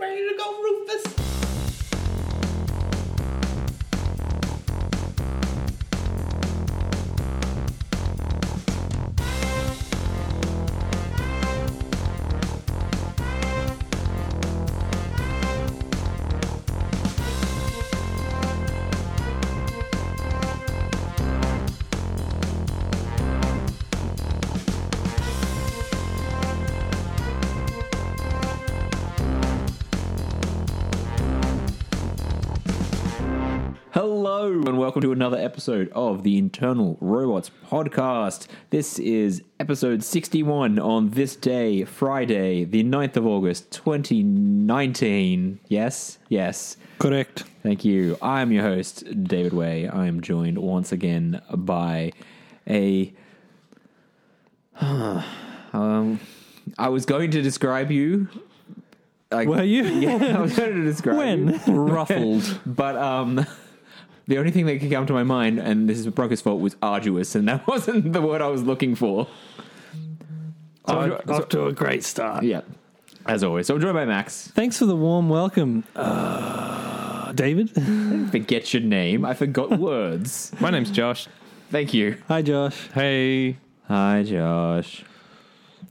ready to go, Rufus. Hello, and welcome to another episode of the Internal Robots Podcast. This is episode 61 on this day, Friday, the 9th of August, 2019. Yes, yes. Correct. Thank you. I'm your host, David Way. I am joined once again by a. um, I was going to describe you. Like, Were you? Yeah, I was going to describe When? you. ruffled, but um, the only thing that could come to my mind, and this is Bronco's fault, was arduous, and that wasn't the word I was looking for. So I'm jo- off to a great start. yeah, as always. So I'm joined by Max. Thanks for the warm welcome, uh, David. Forget your name. I forgot words. My name's Josh. Thank you. Hi, Josh. Hey, Hi, Josh.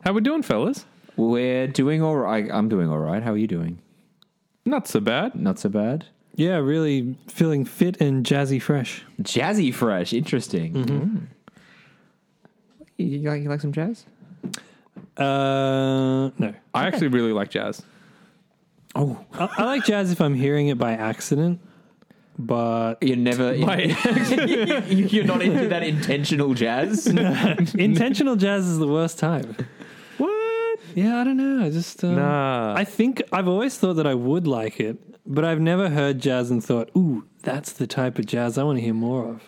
how we doing, fellas? We're doing all right. I'm doing all right. How are you doing? Not so bad. Not so bad. Yeah, really feeling fit and jazzy fresh. Jazzy fresh. Interesting. You, you like, you like some jazz? Uh, no. I actually really like jazz. Oh, I, I like jazz if I'm hearing it by accident, but you're never. My- you, you're not into that intentional jazz. intentional jazz is the worst type. what? Yeah, I don't know. I uh, just. Um, Nah. I think I've always thought that I would like it, but I've never heard jazz and thought, ooh, that's the type of jazz I want to hear more of.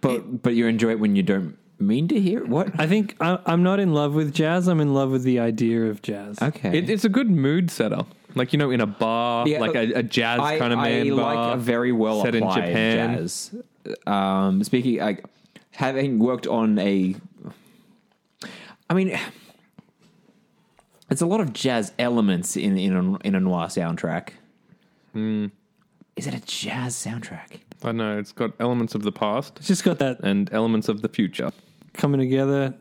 But but you enjoy it when you don't mean to hear it. What? I think I, I'm not in love with jazz. I'm in love with the idea of jazz. Okay. It, it's a good mood setter. Like you know, in a bar, Yeah, like a, a jazz I, kind of man I bar. like a very well set in applied Japan. jazz. Um, speaking, like having worked on a, I mean, it's a lot of jazz elements in in a, in a noir soundtrack. Hmm. Is it a jazz soundtrack? I know it's got elements of the past It's just got that and elements of the future. coming together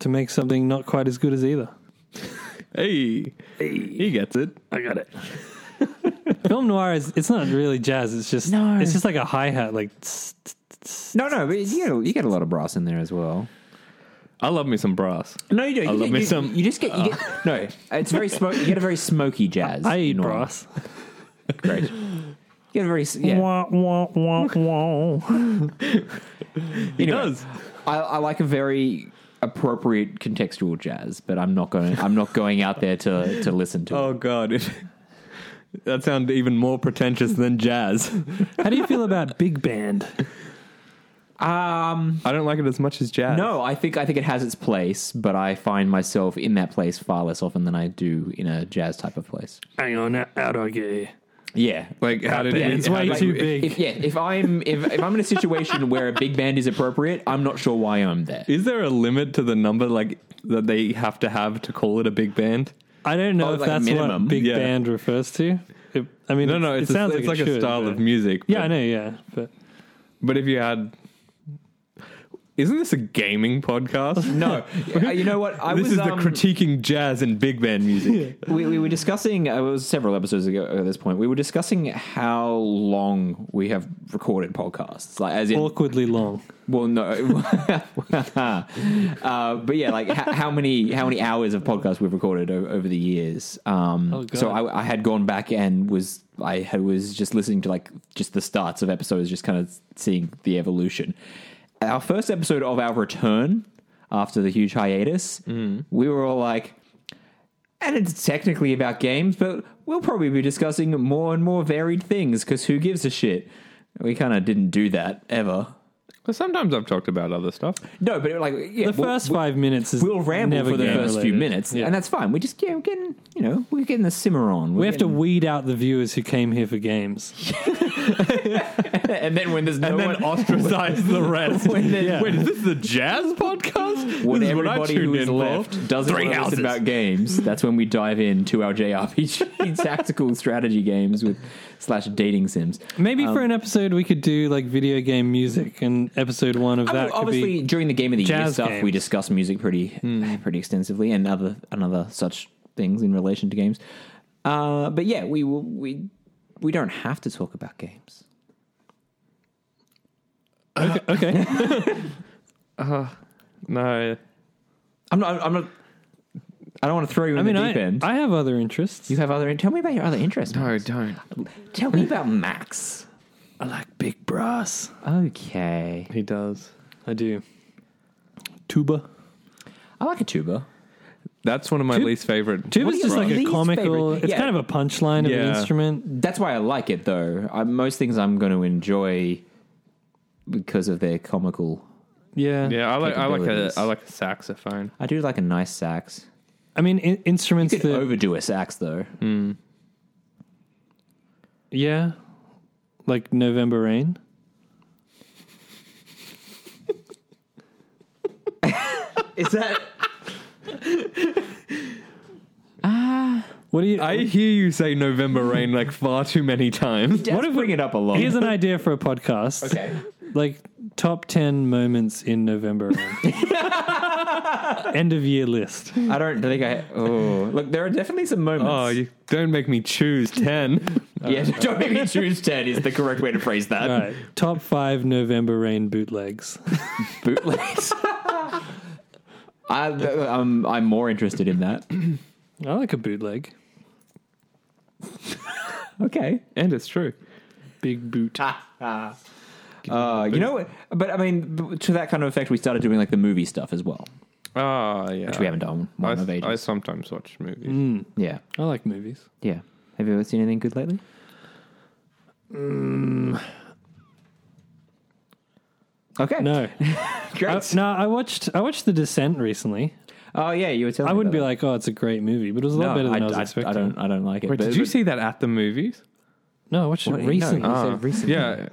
to make something not quite as good as either. Hey, he gets it. I got it. Film noir is it's not really jazz. It's just No. it's just like a hi hat. Like tss, tss, tss. No, no, but you get, a, you get a lot of brass in there as well. I love me some brass. No, you don't. I you love get, me you, some- You just get. You get no, it's very smoky. You get a very smoky jazz. I eat in noir. brass. Great. You get a very s- yeah. Wah, wah, wah, wah. He Anyway. does. I, I like a very appropriate contextual jazz, but I'm not going. I'm not going out there to to listen to. Oh god, that sounds even more pretentious than jazz. How do you feel about big band? it. Um, I don't like it as much as jazz. no, I think I think it has its place, but I find myself in that place far less often than I do in a jazz type of place. Hang on, out I get here. Yeah. like how did Yeah, he, It's how way did- too big. If, yeah, if I'm if, if I'm in a situation where a big band is appropriate, I'm not sure why I'm there. Is there a limit to the number like that they have to have to call it a big band? I don't know Oh, if like that's minimum, what big yeah. band refers to. It, I mean, No, no, it it's, sounds a, it's like, like, it a should, style but- of music. Yeah, but, I know. Yeah, but But if you had, isn't this a gaming podcast? No, Uh, you know what? I this was, is um, the critiquing jazz and big band music. we, we were discussing uh, it was several episodes ago at this point we were discussing how long we have recorded podcasts like as in awkwardly long. well no uh, but yeah like how, how many how many hours of podcasts we've recorded o- over the years um Oh, God. so I, I had gone back and was i had, was just listening to like just the starts of episodes just kind of seeing the evolution our first episode of our return after the huge hiatus Mm. we were all like and it's technically about games, but we'll probably be discussing more and more varied things because who gives a shit? We kind of didn't do that ever. But sometimes I've talked about other stuff. No, but like yeah, we'll, The first five minutes is we'll ramble never for the game first few related. minutes, Yeah. and that's fine. We just yeah, we're getting you know we're getting the simmer on. We have to weed out the viewers who came here for games. and then when there's no and then one, ostracize the rest. When they- Wait, is this the jazz podcast? when this is what I everybody tuned who is in left for. doesn't Three want to houses. listen about games, that's when we dive into our JRPG tactical strategy games with slash dating sims. Maybe Um, for an episode we could do like video game music, and episode one of I mean, that could obviously, be during the game of the year jazz stuff, we games. discuss music pretty pretty extensively and other and other such things in relation to games. Uh, but yeah, we will we we don't have to talk about games. okay. No, I'm not. I'm not. I don't want to throw you in I mean, the deep I, end. I have other interests. you have other. Tell me about your other interests. no, Max. don't. Tell me about Max. I like big brass. Okay. He does. I do. Tuba. I like a tuba. That's one of my Tube- least favorite. Tuba's What's just your like a least comical. favorite? It's Yeah. kind of a punchline of an Yeah. instrument. That's why I like it, though. I, most things I'm going to enjoy because of their comical. Yeah. Yeah, I like I like a Capabilities. I like a saxophone. I do like a nice sax. I mean, in- instruments You that. could overdo a sax, though. yeah. Like November Rain. Is that? What do you? I hear you say November Rain like far too many times. what if bring it up a lot? here's an idea for a podcast. okay. Like top ten moments in November Rain. End of year list. I don't think I. Oh, look, there are definitely some moments. Oh, you don't make me choose ten. yeah, don't make me choose Ted is the correct way to phrase that. All right. Top five November Rain bootlegs. Bootlegs. I, I'm, I'm more interested in that. I like a bootleg. Okay. and it's true. Big boot. uh, you know, what? but I mean, b- to that kind of effect, we started doing like the movie stuff as well, Ah, yeah. which we haven't done one of I, ages. I sometimes watch movies. Mm. yeah, I like movies. yeah. Have you ever seen anything good lately? Mm. Okay. No, I, Great. no. I watched I watched The Descent recently. oh yeah, you were telling. I me wouldn't be about like, oh, it's a great movie, but it was a that. lot better than I, I, was I- expecting. I don't. I don't like it. Wait, but- did you but- see that at the movies? No, I watched What? it No, recently. you said recently. Yeah,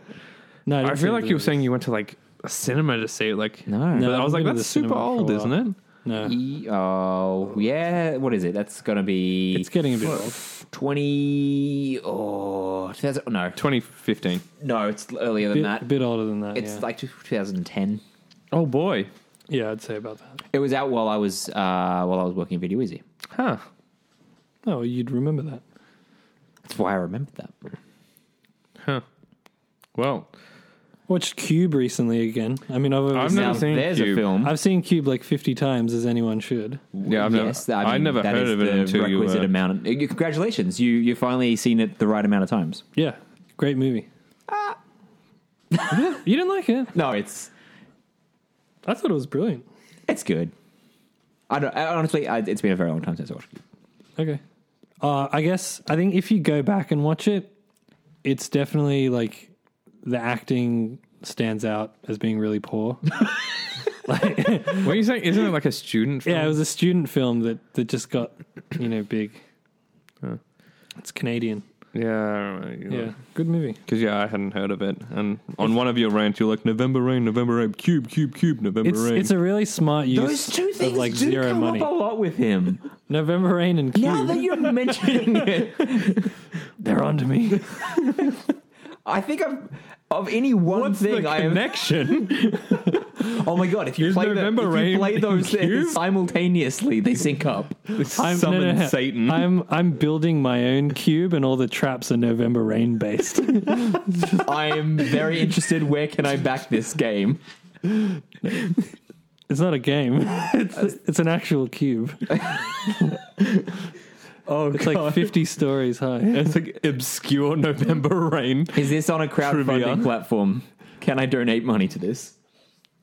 No, I, didn't see feel like the you were movie. saying you went to like a cinema to see it. Like, No. But No, I I haven't was like, been to that's the cinema super for a old, while. isn't it? No, E- oh yeah, what is it? That's gonna be it's getting a bit old. twenty. Oh, 2000 no, 2015. no, it's earlier than Bit, that. a bit older than that. It's yeah. like 2010. Oh boy, yeah, I'd say about that. It was out while I was uh, while I was working at Video Easy. huh? Oh, you'd remember that. That's why I remember that. Well, Watched Cube recently again. I mean, I've I've I've, never Now seen there's a Cube. film. I've seen Cube like fifty times, as anyone should. yeah, I've yes, never, I, mean, never that heard is of it the until you requisite were. amount. Uh, Congratulations, you you finally seen it the right amount of times. Yeah, great movie. Ah. you didn't like it? No, it's I thought it was brilliant. it's good. I don't I, honestly. I, it's been a very long time since I watched. it. Okay. Uh, I guess I think if you go back and watch it, it's definitely like the acting stands out as being really poor. like, What are you saying? Isn't it like a student? Film? yeah, it was a student film that that just got you know big. Huh. It's Canadian. yeah, Yeah, good movie. Because yeah, I hadn't heard of it. And on one of your rants, you're like November rain, November rain, cube, cube, cube, November It's rain. it's a really smart use Those two of things like do zero come money. up a lot with him. November Rain and now Cube. that you're mentioning it, They're onto me. I think I've. Of any one thing, I am. connection. Oh my god! If you Is play, the, November if you Rain play in those Cube? things simultaneously, they sync up. Summon no, no, no. Satan. I'm I'm building my own cube, and all the traps are November Rain based. I am very interested. Where can I back this game? It's not a game. It's it's an actual cube. oh, It's like 50 stories high. it's like obscure November rain. Is this on a crowdfunding Trivia. platform? Can I donate money to this?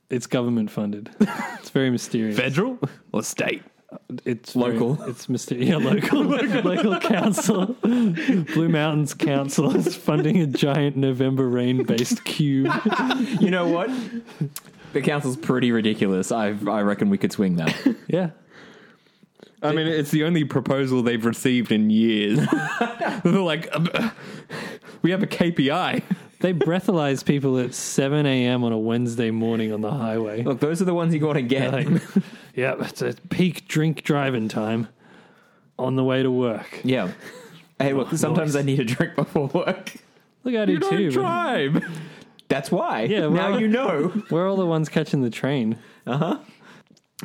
It's government funded. It's very mysterious. Federal or state? It's Local. very- it's mysterious. Yeah, local. local council. Blue Mountains Council is funding a giant November rain based cube. You know what? The council's pretty ridiculous. I I reckon we could swing that. Yeah. I mean, it's the only proposal they've received in years. They're like, uh, um, We have a KPI. They breathalyze people at 7 a.m. on a Wednesday morning on the highway. Look, those are the ones you got to get. Like, yep, it's a peak drink driving time on the way to work. yeah. Hey, look, sometimes nice. I need a drink before work. Look, I do You don't too. but drive. That's why. Yeah, now well- you know. We're all the ones catching the train.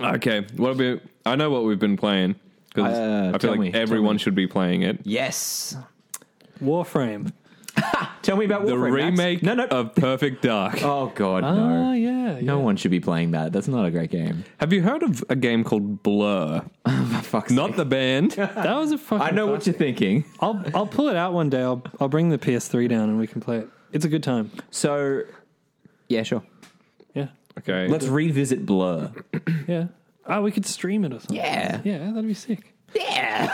Okay, what we? I know what we've been playing because Uh, I tell feel like me, tell everyone should be playing it. Yes. Warframe. Tell me about The Warframe, Max. remake No, no. of Perfect Dark. oh God, Oh, no. yeah. No one should be playing that. That's not a great game. Have you heard of a game called Blur? For fuck's Not sake. the band. That was a fucking. I know what you're thinking. I'll I'll pull it out one day. I'll I'll bring the PS3 down and we can play it. It's a good time. So, yeah, sure. Yeah, Okay, Let's revisit Blur. yeah. Oh, we could stream it or something. Yeah. yeah. That'd be sick. Yeah.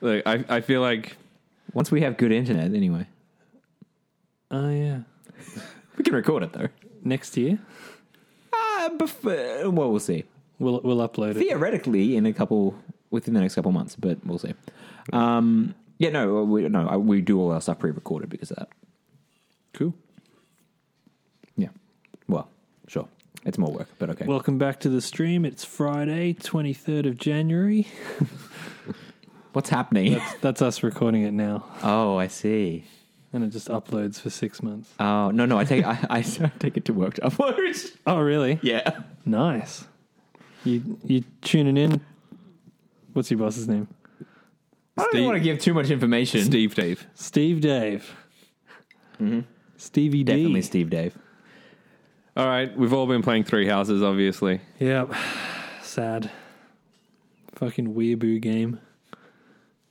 Like, I I feel like Once we have good internet, anyway, Oh yeah. we can record it though. Next year Uh, bef- uh, well, we'll see. we'll we'll upload it. Theoretically, in a couple within the next couple months, but we'll see. Um, yeah, no, we, no, I- we do all our stuff pre-recorded because of that. cool. Yeah. Well, sure. It's more work, but okay. Welcome back to the stream. It's Friday, twenty third of January. What's happening? That's, that's us recording it now, oh, I see. and it just uploads for six months. Oh no, no, I take I, I take it to work to upload. Oh really? yeah. Nice. You you tuning in? What's your boss's name? I don't Steve- want to give too much information. Steve Dave. Steve Dave. Stevie D. Mm-hmm. Definitely Steve Dave. All right, we've all been playing Three Houses, obviously. Yep. Sad. Fucking weeaboo game.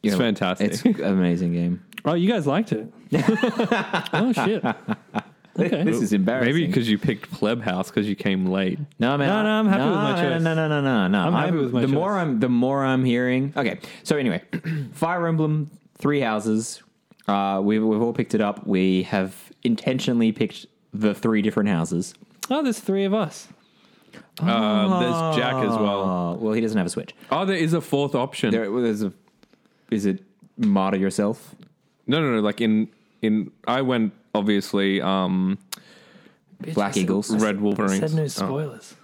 You It's know, fantastic. It's an amazing game. Oh, you guys liked it. oh shit. Okay. This is embarrassing. Maybe because you picked Pleb House because you came late. No, man. No, I- no, I'm happy no, with my no, choice. No, no, no, no, no. I'm happy with my The choice. more I'm, the more I'm hearing. Okay. So anyway, Fire Emblem Three Houses. Uh, we've we've all picked it up. We have intentionally picked the three different houses. Oh, there's three of us. Uh, there's Jack as well. Oh, well, he doesn't have a switch. Oh, there is a fourth option. There, well, there's a. Is it martyr yourself? No, no, no. Like in in, I went obviously um Black Eagles. Red Wolverines. Said no Oh. spoilers.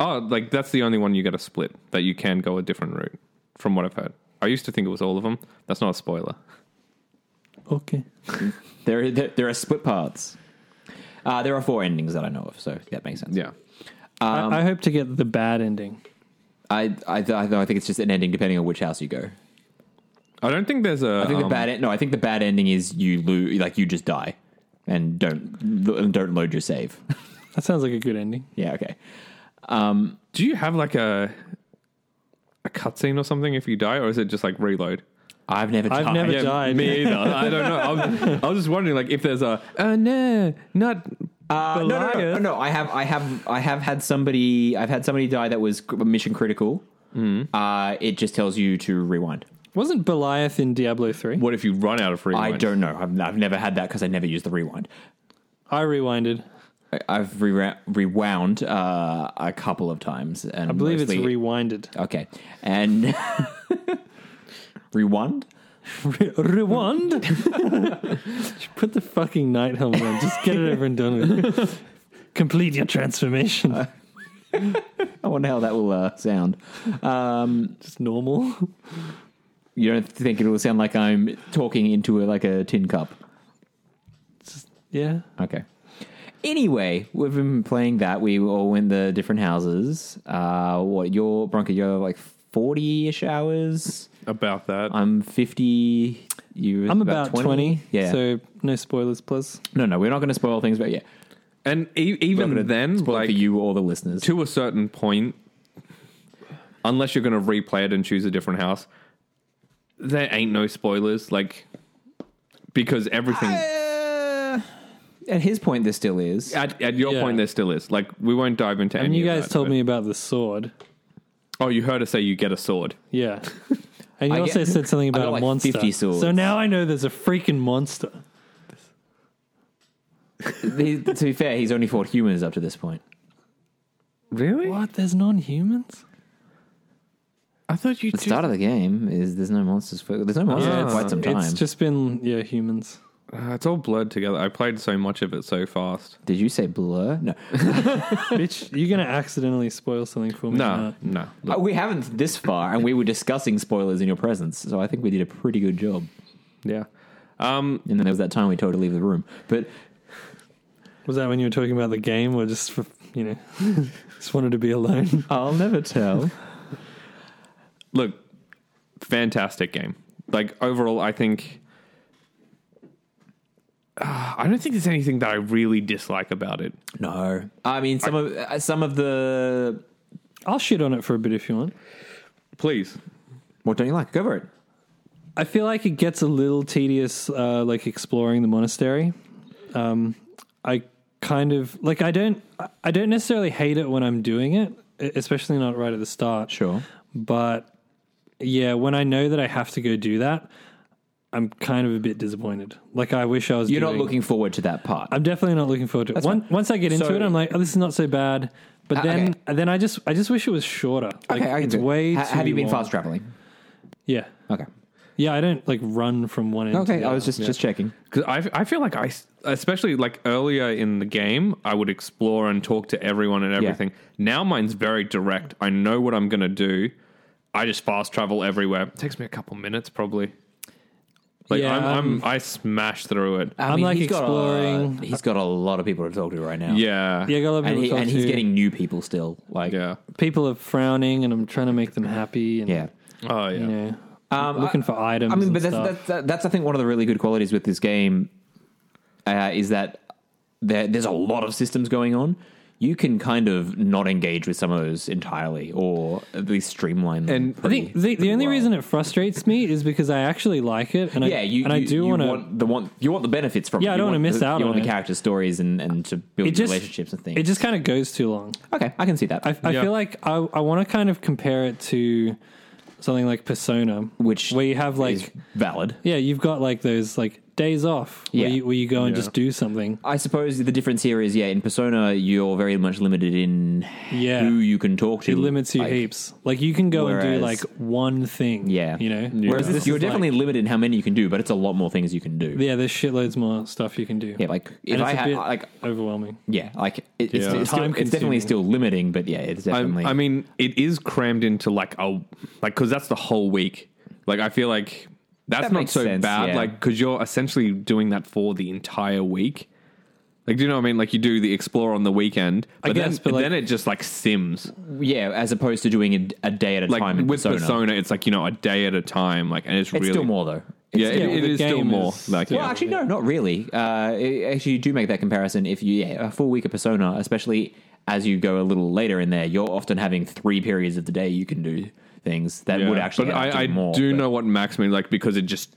Oh, like that's the only one you get a split that you can go a different route from what I've heard. I used to think it was all of them. That's not a spoiler. Okay. There, there, there are split paths. Uh, there are four endings that I know of, so that makes sense. Yeah. Um, I, I hope to get the bad ending. I, I, I, I think it's just an ending depending on which house you go. I don't think there's a. I think um, the bad en- no, I think the bad ending is you lose, like you just die, and don't lo- don't load your save. That sounds like a good ending. yeah, okay. Um, Do you have like a a cutscene or something if you die, or is it just like reload? I've never. I've died. Uh, never died. me either. I don't know. I was, I was just wondering, like, if there's a. Uh, no, not. Uh, no, no, no, no, Goliath. no, I have, I have, I have had somebody. I've had somebody die that was cr- mission critical. Mm. Uh, it just tells you to rewind. Wasn't Beliath in Diablo 3? What if you run out of free? I don't know. I've, I've never had that because I never used the rewind. I rewinded. I- I've re- rewound uh, a couple of times, and I believe mostly, it's rewinded. okay, and rewound. Re- rewind? Put the fucking night helmet on. Just get it over and done with. Complete your transformation. I wonder how that will uh, sound. Um, Just normal. you don't think it will sound like I'm talking into a, like a tin cup? Yeah. Okay. Anyway, we've been playing that. We all went the different houses. Uh, what your Bronco? You're like forty-ish hours. about that. I'm fifty. You? I'm about, 20, Yeah. So no spoilers, please. no, no, we're not going to spoil things, but yeah, and e- even then, spoil like for you or the listeners. to a certain point, unless you're going to replay it and choose a different house, there ain't no spoilers. Like because everything Uh, at his point, there still is. at, at your Yeah. point there still is. Like we won't dive into. And any you of guys that, told but- me about the sword. Oh, you heard us say you get a sword. Yeah. And you I also get- said something got about like a monster. 50 swords. So now I know there's a freaking monster. He- to be fair, he's only fought humans up to this point. Really? What? There's non humans? I thought you The start of the game is there's no monsters for there's no monsters Yeah, for it's- quite some time. It's just been yeah, humans. Uh, it's all blurred together. I played so much of it so fast. Did you say blur? No, Bitch, you're gonna accidentally spoil something for me. No, tonight. no. Uh, we haven't this far, and we were discussing spoilers in your presence, so I think we did a pretty good job. Yeah. Um, And then there was that time we told her to leave the room, but Was that when you were talking about the game, or just for, you know, just wanted to be alone? I'll never tell. look, fantastic game. Like overall, I think Ah, I don't think there's anything that I really dislike about it. no, I mean some of uh, some of the I'll shit on it for a bit if you want. Please, what don't you like? Go for it. I feel like it gets a little tedious, uh, like exploring the monastery. Um, I kind of like I don't I- I don't necessarily hate it when I'm doing it, e- especially not right at the start. Sure. But yeah, when I know that I have to go do that, I'm kind of a bit disappointed. Like I wish I was. You're not doing- looking forward to that part. I'm definitely not looking forward to it. One, once I get into So- it, I'm like, oh, this is not so bad. But Uh, then, then I just, I just wish it was shorter. Like, I can it's do it. way. Ha- too have you been long. fast traveling? Yeah, Okay. yeah. I don't like run from one end. to Okay, the I other. was just just checking. because I I feel like I s- especially like earlier in the game I would explore and talk to everyone and everything. Now mine's very direct. I know what I'm gonna do. I just fast travel everywhere. It takes me a couple minutes probably. Like Yeah, I'm, um, I'm I smash through it. I I'm, like, he's got a- exploring- he's got a lot of people to talk to right now. yeah. Yeah, I got a lot of and, people he, to talk and he's to. getting new people still. Like Yeah. people are frowning, and I'm trying to make them happy. And, yeah. Oh yeah. you know, Um, looking for items. I mean, and but that's, stuff. that's that- that's I think one of the really good qualities with this game uh, is that there, there's a lot of systems going on. You can kind of not engage with some of those entirely, or at least streamline them. And I I think the, the only reason it frustrates me is because I actually like it, and yeah, I, you and I you- do you wanna- want the want you want the benefits from Yeah, it. I You don't wanna want miss the, out You on want it. the character stories and and to build It just- relationships and things. It just kind of goes too long. okay, I can see that. I, I Yeah. feel like I, I want to kind of compare it to something like Persona, Which where you have like is valid. yeah, you've got like those like days off where Yeah. you, where you go and Yeah. just do something. I suppose the difference here is, yeah, in Persona, you're very much limited in Yeah. who you can talk to. It limits you Like, heaps. Like you can go and do whereas- like one thing. Yeah, you know. Whereas this, is you're like- definitely limited in how many you can do, but it's a lot more things you can do. yeah, there's shitloads more stuff you can do. Yeah, like if and I it's a had bit like overwhelming. yeah, like it, it's, Yeah. it's, still, Time-consuming. it's definitely still limiting, but yeah, it's I, definitely. I mean, it is crammed into like a like because that's the whole week. Like I feel like that's That not makes so sense, bad. yeah. Like because you're essentially doing that for the entire week. Like do you know what I mean? Like you do the explore on the weekend, but guess, then but, like- then it just like sims. yeah, as opposed to doing a, a day at a Like time in with Persona, Persona. it's like you know a day at a time. Like and it's, it's really still more though. It's Yeah, it- still- it the is still game more. is Like still- yeah. well, actually, no, not really. Uh, it- actually, you do make that comparison if you yeah, a full week of Persona, especially as you go a little later in there, you're often having three periods of the day you can do things that Yeah. would actually. But add up to I, I more, do but- know what Max means. Like because it just.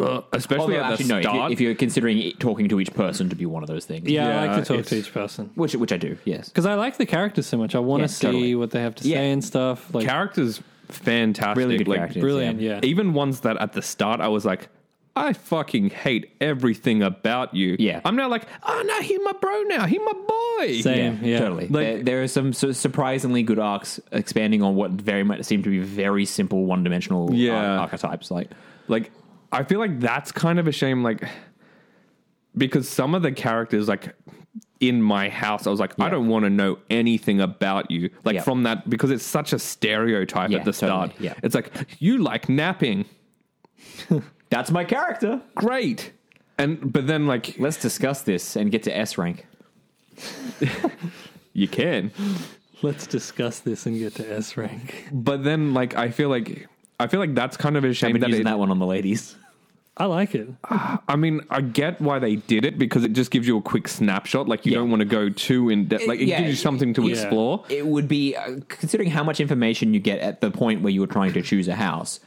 Ugh. especially Although, at actually, the no. if you- start, If you're considering it- talking to each person to be one of those things, Yeah, I Yeah, like to talk to it's- each person which which I do, yes. because I like the characters so much. I want to Yeah, see totally. what they have to Yeah. say and stuff. Like characters fantastic. Really good like, characters, brilliant, yeah. Even ones that at the start I was like, I fucking hate everything about you. Yeah. I'm now like, oh no, he my bro now. He my boy. Same. yeah. totally. Like- there, there are some su- surprisingly good arcs expanding on what very much seem to be very simple one-dimensional ar- Yeah. archetypes. Like, Like, I feel like that's kind of a shame. Like, because some of the characters, like, in my house, I was like, I don't want to know anything about you. Like, Yeah. from that, because it's such a stereotype Yeah, at the start. totally, yeah. It's like, you like napping. that's my character. Great. And, but then, like, Let's discuss this and get to S rank. you can. let's discuss this and get to S rank. But then, like, I feel like I feel like that's kind of a I've shame been that, using it- that one on the ladies. I like it. I mean, I get why they did it because it just gives you a quick snapshot. Like, you Yeah. don't want to go too in depth. Like, it Yeah. gives you something to explore. It would be uh, considering how much information you get at the point where you were trying to choose a house.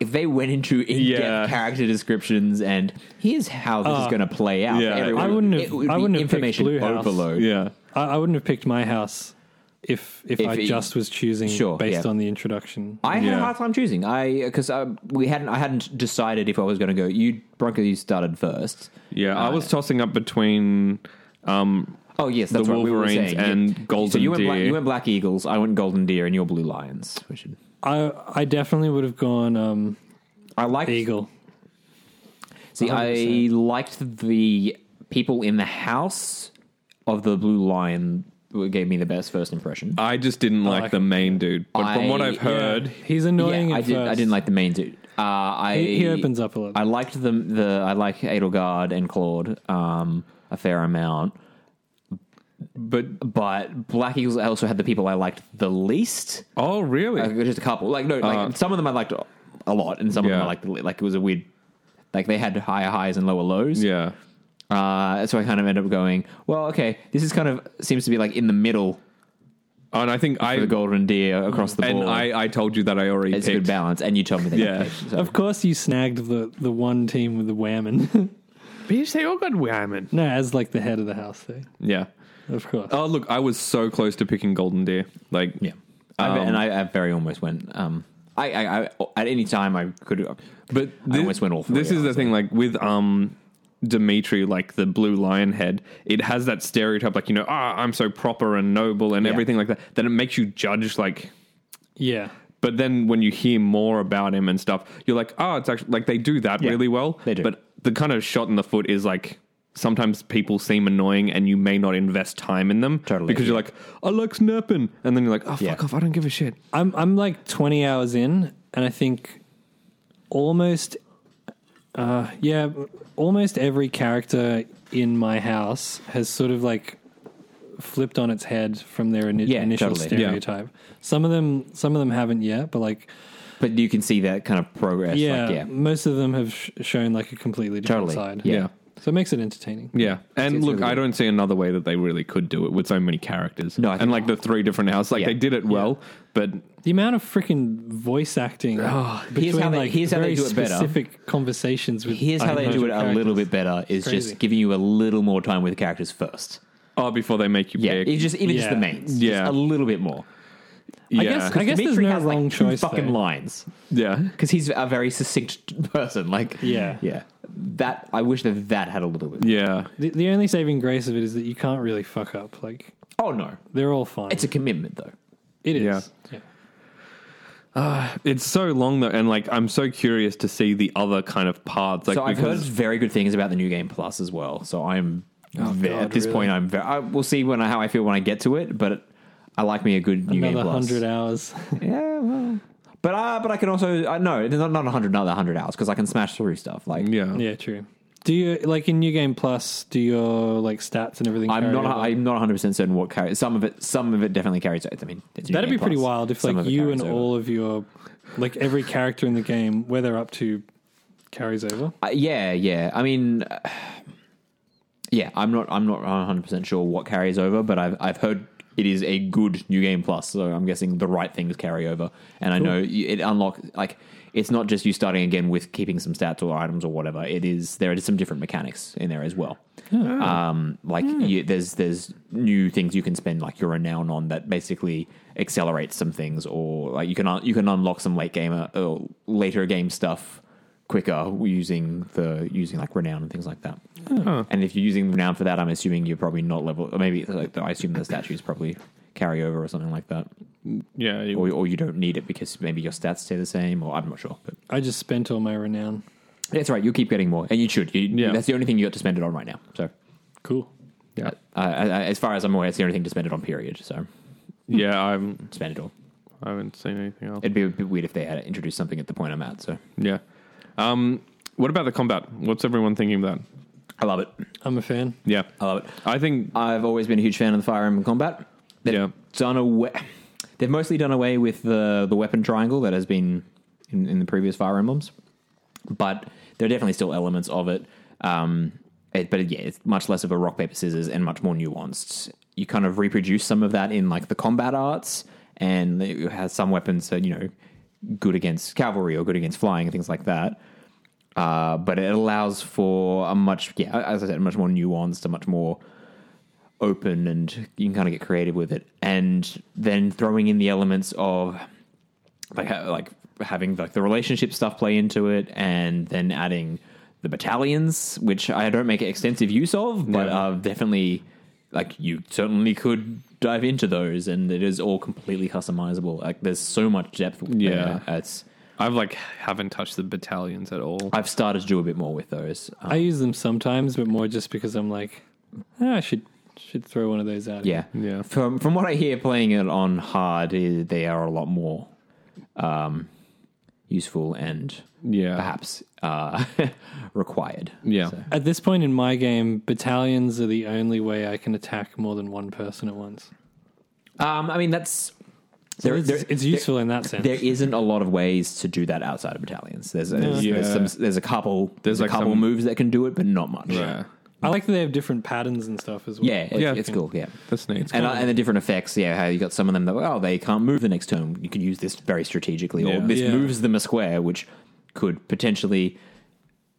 If they went into in-depth Yeah. Uh, character descriptions and here's how this is going to play out, for yeah. everyone, I wouldn't have- It would I be wouldn't have picked information Blue House. overload. Yeah, I, I wouldn't have picked my house if if, If I it- just was choosing Sure, based yeah. on the introduction. I had a Yeah. hard time choosing. I because um, we hadn't I hadn't decided if I was going to go. You Bronco, you started first. yeah. I was tossing up between. Um, Oh yes, that's The what we were Wolverines saying. and You- So Golden you went, Black, Deer. you went Black Eagles. I went Golden Deer, and you're Blue Lions. We should. I I definitely would have gone um, I like eagle. See, I 100%. liked the people in the house of the Blue Lion. who Gave me the best first Uh, impression. I just didn't like, like the main dude, but from what I- I've heard, Yeah, he's annoying. yeah, I at did. first. I didn't like the main dude. Uh, I He, he opens up a little. I liked the the I like Edelgard and Claude um, a fair amount, but but Black Eagles also had the people I liked the least. oh really? Like, just a couple. Like no, Uh, like some of them I liked a lot, and some of Yeah. them I liked the, li- like it was a weird. Like they had higher highs and lower lows. yeah, Uh, so I kind of ended up going, well, okay, this is kind of seems to be like in the middle and I think for I the golden deer across the board. and I, I told you that I already it's a picked. good balance, and you told me that. Yeah. Yeah. Picked, so. of course, you snagged the the one team with the whammon. Bitch, they all got women. no, as like the head of the house thing. Yeah. Of course. Oh look, I was so close to picking Golden Deer. Like Yeah, Um, I, and I, I very almost went. Um, I, I, I at any time I could, But I almost went all three, This is the honestly. thing, like with um Dimitri, like the blue lion head, it has that stereotype, like you know, ah, I'm so proper and noble and Yeah. everything like that. Then it makes you judge, like. yeah. But then when you hear more about him and stuff, you're like, oh, it's actually like they do that Yeah, really well. they do. But the kind of shot in the foot is like. Sometimes people seem annoying, and you may not invest time in them Totally, because you're like, "I like snapping," and then you're like, "Oh, fuck Yeah. off! I don't give a shit." I'm I'm like 20 hours in, and I think almost, uh, yeah, almost every character in my house has sort of like flipped on its head from their ini- Yeah, initial totally. Yeah. stereotype. Some of them, some of them haven't yet, but like, but you can see that kind of progress. yeah, like, yeah, most of them have sh- shown like a completely different totally. side. Yeah. Yeah. so it makes it entertaining. Yeah, and it's look, really I good. don't see another way that they really could do it with so many characters. No, I and think- like the three different houses, like Yeah. they did it well, but The amount of freaking voice acting between Oh, here's how they- like here's how they very do it better. specific conversations with Here's how they do it a characters. little bit better: is Crazy. just giving you a little more time with the characters first. oh, before they make you Yeah, pick, it's just even just Yeah. the mains. just Yeah. a little bit more. yeah, I guess- I guess there's Dimitri no has, like, wrong two choice, Fucking though. lines. yeah, because he's a very succinct person. Like, Yeah. yeah. That I wish that that had a little bit. yeah, The, the only saving grace of it is that you can't really fuck up. Like Oh no, they're all fine. it's a commitment though. it is. Yeah. Yeah. It's so long though, and like I'm so curious to see the other kind of paths. Like So I've heard because very good things about the new game plus as well. So I'm ve- Oh, God, at this really? point. I'm very. I, we'll see when I, how I feel when I get to it, but I like me a good new game Another plus. hundred eh? hours. Yeah, well, but uh, but I can also uh, no, not not hundred, another hundred hours because I can smash through stuff. Like, yeah, yeah, true. Do you like in New Game Plus? Do your like stats and everything? I'm carry not. over? I'm not 100 percent certain what carries. Some of it. Some of it definitely carries. over. I mean, it's New That'd Game be pretty Plus. wild if Some like of it you carries over. and all of your like every character in the game, where they're up to, carries over. Uh, yeah, yeah. I mean, uh, yeah. I'm not. I'm not 100 percent sure what carries over, but I've I've heard it is a good new game plus. So I'm guessing the right things carry over, and I know you- it unlock like it's not just you starting again with keeping some stats or items or whatever. It is there are some different mechanics in there as well. Um, like you, there's there's new things you can spend like your renown on that basically accelerates some things, or like you can un- you can unlock some late gamer or later game stuff quicker using the using like renown and things like that. And if you're using renown for that, I'm assuming you're probably not level. Or maybe like, I assume the statues probably carry over or something like that, yeah. you- or or you don't need it because maybe your stats stay the same, or I'm not sure. But I just spent all my renown. that's right. You'll keep getting more, and you should. You, Yeah. That's the only thing you got to spend it on right now. So. Cool. yeah, Uh, I- I- as far as I'm aware, it's the only thing to spend it on. Period. So yeah. I haven't, spend it all. I haven't seen anything else. It'd be a bit weird if they had introduced something at the point I'm at. So yeah. Um, what about the combat? What's everyone thinking of that? I love it. I'm a fan. Yeah, I love it. I think I've always been a huge fan of the Fire Emblem combat. They've Yeah. done away. They've mostly done away with the the weapon triangle that has been in, in the previous Fire Emblems, but there are definitely still elements of it. Um, it but yeah, it's much less of a rock paper scissors and much more nuanced. You kind of reproduce some of that in like the combat arts, and it has some weapons that you know good against cavalry or good against flying and things like that. Uh, but it allows for a much yeah, as I said, much more nuanced, a much more open and you can kind of get creative with it and then throwing in the elements of like ha- like having like the relationship stuff play into it and then adding the battalions which I don't make extensive use of but Yeah. are definitely like you certainly could dive into those, and it is all completely customizable. Like there's so much depth. Yeah. there. it's I've like haven't touched the battalions at all. I've started to do a bit more with those. Um, I use them sometimes, but more just because I'm like, ah, I should should throw one of those out. yeah, Yeah. From from what I hear, playing it on hard, eh, they are a lot more um, useful and Yeah. perhaps uh, required. Yeah. So- At this point in my game, battalions are the only way I can attack more than one person at once. Um, I mean, that's So there- it's, there- it's useful in that sense. there isn't a lot of ways to do that outside of battalions. There's a, there's, Yeah. some, there's a couple there's, a like couple some- moves that can do it, but not much. Yeah. I like that they have different patterns and stuff as well. Yeah, it, Yeah. it's cool. Yeah, That's neat. and, uh, and the different effects. Yeah, how you got some of them that oh they can't move the next turn. You can use this very strategically, or Yeah. this Yeah. moves them a square, which could potentially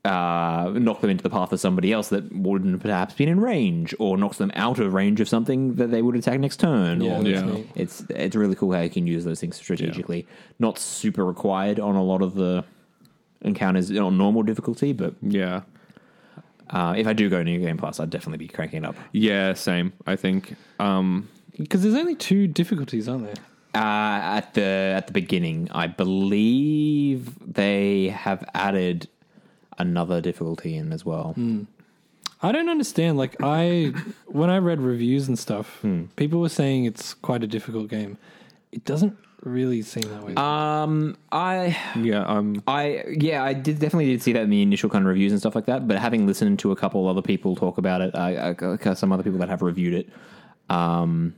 uh, knock them into the path of somebody else that wouldn't have perhaps been in range, or knocks them out of range of something that they would attack next turn. Yeah, or that's Yeah. neat. it's it's really cool how you can use those things strategically. Not super required on a lot of the encounters on normal difficulty, but yeah. uh, if I do go New Game Plus, I'd definitely be cranking it up. Yeah, same. I think um Because there's only two difficulties, aren't there? Uh, at the at the beginning, I believe they have added another difficulty in as well. I don't understand. Like I, when I read reviews and stuff, Hmm. people were saying it's quite a difficult game. It doesn't really seem that way. Um, I yeah, um I yeah, I did definitely did see that in the initial kind of reviews and stuff like that. But having listened to a couple other people talk about it, I, I, some other people that have reviewed it, um,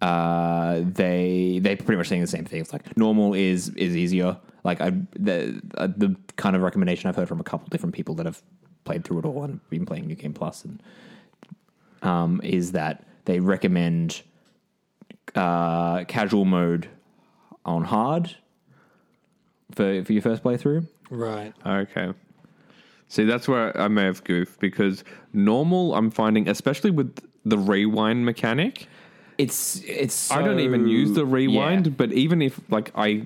uh, they they pretty much saying the same thing. It's like normal is is easier. Like I the uh, the kind of recommendation I've heard from a couple different people that have played through it all and been playing New Game Plus and um, is that they recommend uh, casual mode on hard for for your first playthrough. right. Okay. See, that's where I may have goofed because normal, I'm finding, especially with the rewind mechanic, It's it's. I don't so- even use the rewind, Yeah. but even if, like, I.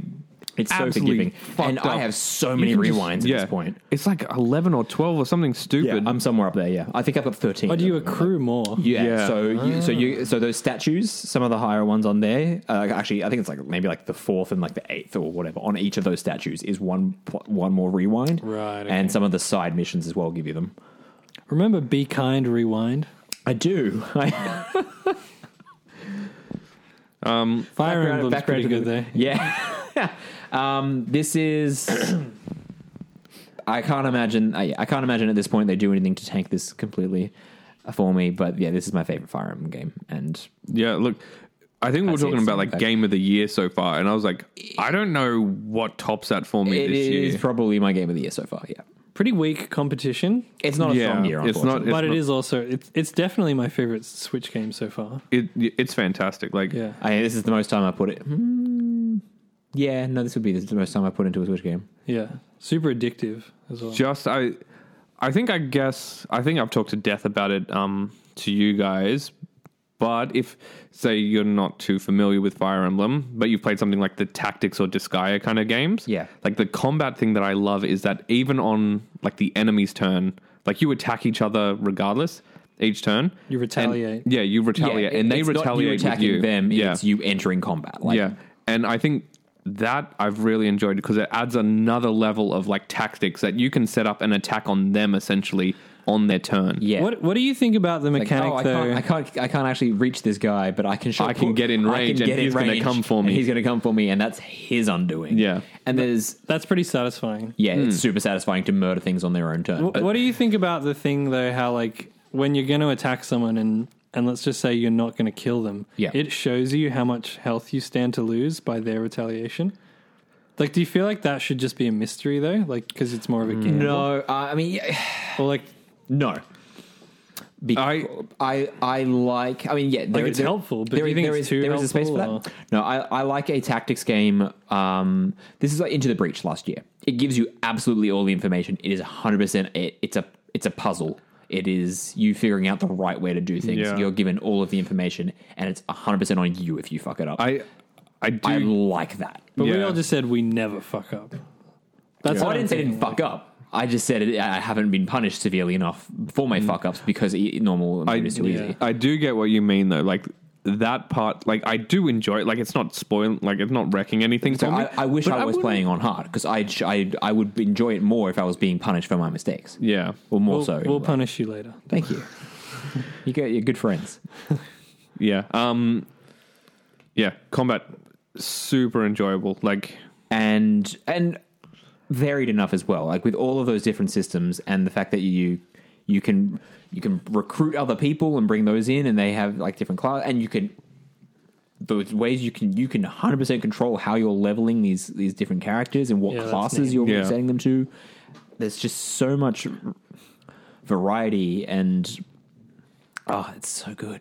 It's so absolutely forgiving, fucked and I up, have so you many can just- rewinds at yeah. this point. It's like 11 or 12 or something stupid. I'm somewhere up there. Yeah, I think I've got thirteen. Oh, Or do you at the moment. accrue more? Yeah, Yeah. So you, so you so those statues, some of the higher ones on there, uh, actually, I think it's like maybe like the fourth and like the eighth or whatever. On each of those statues is one pl- one more rewind, Right, okay. And some of the side missions as well give you them. Remember, be kind, rewind. I do. I, Fire background- Emblem's background pretty to good the- there. Yeah. um, this is. I can't imagine. I, I can't imagine at this point they do anything to tank this completely for me. But yeah, this is my favorite Fire Emblem game, and yeah, look. I think we I we're see talking it's about like back. game of the year so far, and I was like, I don't know what tops that for me it this is year. probably my game of the year so far. Yeah, Pretty weak competition, it's not a Yeah, strong year. it's not- Unfortunately. but it not- is also it's it's definitely my favorite Switch game so far. It, it's fantastic. Like, Yeah. I, this is the most time I put it. Hmm, yeah, no, this would be the most time I put into a Switch game. Yeah. Super addictive as well. just I, I think I guess I think I've talked to death about it um to you guys, but if say you're not too familiar with Fire Emblem, but you've played something like the Tactics or Disgaea kind of games, Yeah. like the combat thing that I love is that even on like the enemy's turn, like you attack each other regardless each turn, You retaliate. and, yeah, you retaliate, it- and they it's not retaliate you attacking with you. them. yeah, It's you entering combat. Like, yeah, and I think that I've really enjoyed because it adds another level of like tactics that you can set up an attack on them essentially on their turn. yeah. What What do you think about the Like, mechanic oh, I though? can't, I can't, I can't actually reach this guy, but I can. Show, I can get in I range can and get in he's gonna range come for me. and he's going to come for me, and that's his undoing. Yeah. Hmm. and there's That's pretty satisfying. yeah, it's super satisfying to murder things on their own turn. Wh- what do you think about the thing though? How like when you're going to attack someone and and let's just say you're not going to kill them. Yeah. It shows you how much health you stand to lose by their retaliation. Like, do you feel like that should just be a mystery though? Like, because it's more of a game. no, uh, I mean, yeah, Or like, no. Be- I- I, I like. I mean, yeah, there, it's there- helpful, but do you is- think it's is- too there is a space for that. helpful, No, I, I like a tactics game. Um, this is like Into the Breach last year. It gives you absolutely all the information. It is hundred percent. It, it's a it's a puzzle. It is you figuring out the right way to do things. Yeah. You're given all of the information, and it's hundred percent on you if you fuck it up. I, I I do like that. but we Yeah. all just said we never fuck up. That's Well, I what I'm didn't say I thinking, didn't fuck up. I just said it, I haven't been punished severely enough for Mm. my fuck ups because e- normal I, mode is too easy. I do get what you mean though. Like that part, like I do enjoy it. Like it's not spoiling. Like it's not wrecking anything. So for me, I, I wish but I was wouldn't- playing on hard because I I I would enjoy it more if I was being punished for my mistakes Yeah. or more We'll, so. we'll anyway. punish you later. Thank you. You get you're good friends. Yeah. Um. Yeah. Combat super enjoyable. Like and and varied enough as well. Like with all of those different systems and the fact that you you can you can recruit other people and bring those in, and they have like different class, and you can those ways you can you can hundred percent control how you're leveling these these different characters and what Yeah, that's classes neat. you're Yeah. setting them to. There's just so much variety and. Oh, it's so good.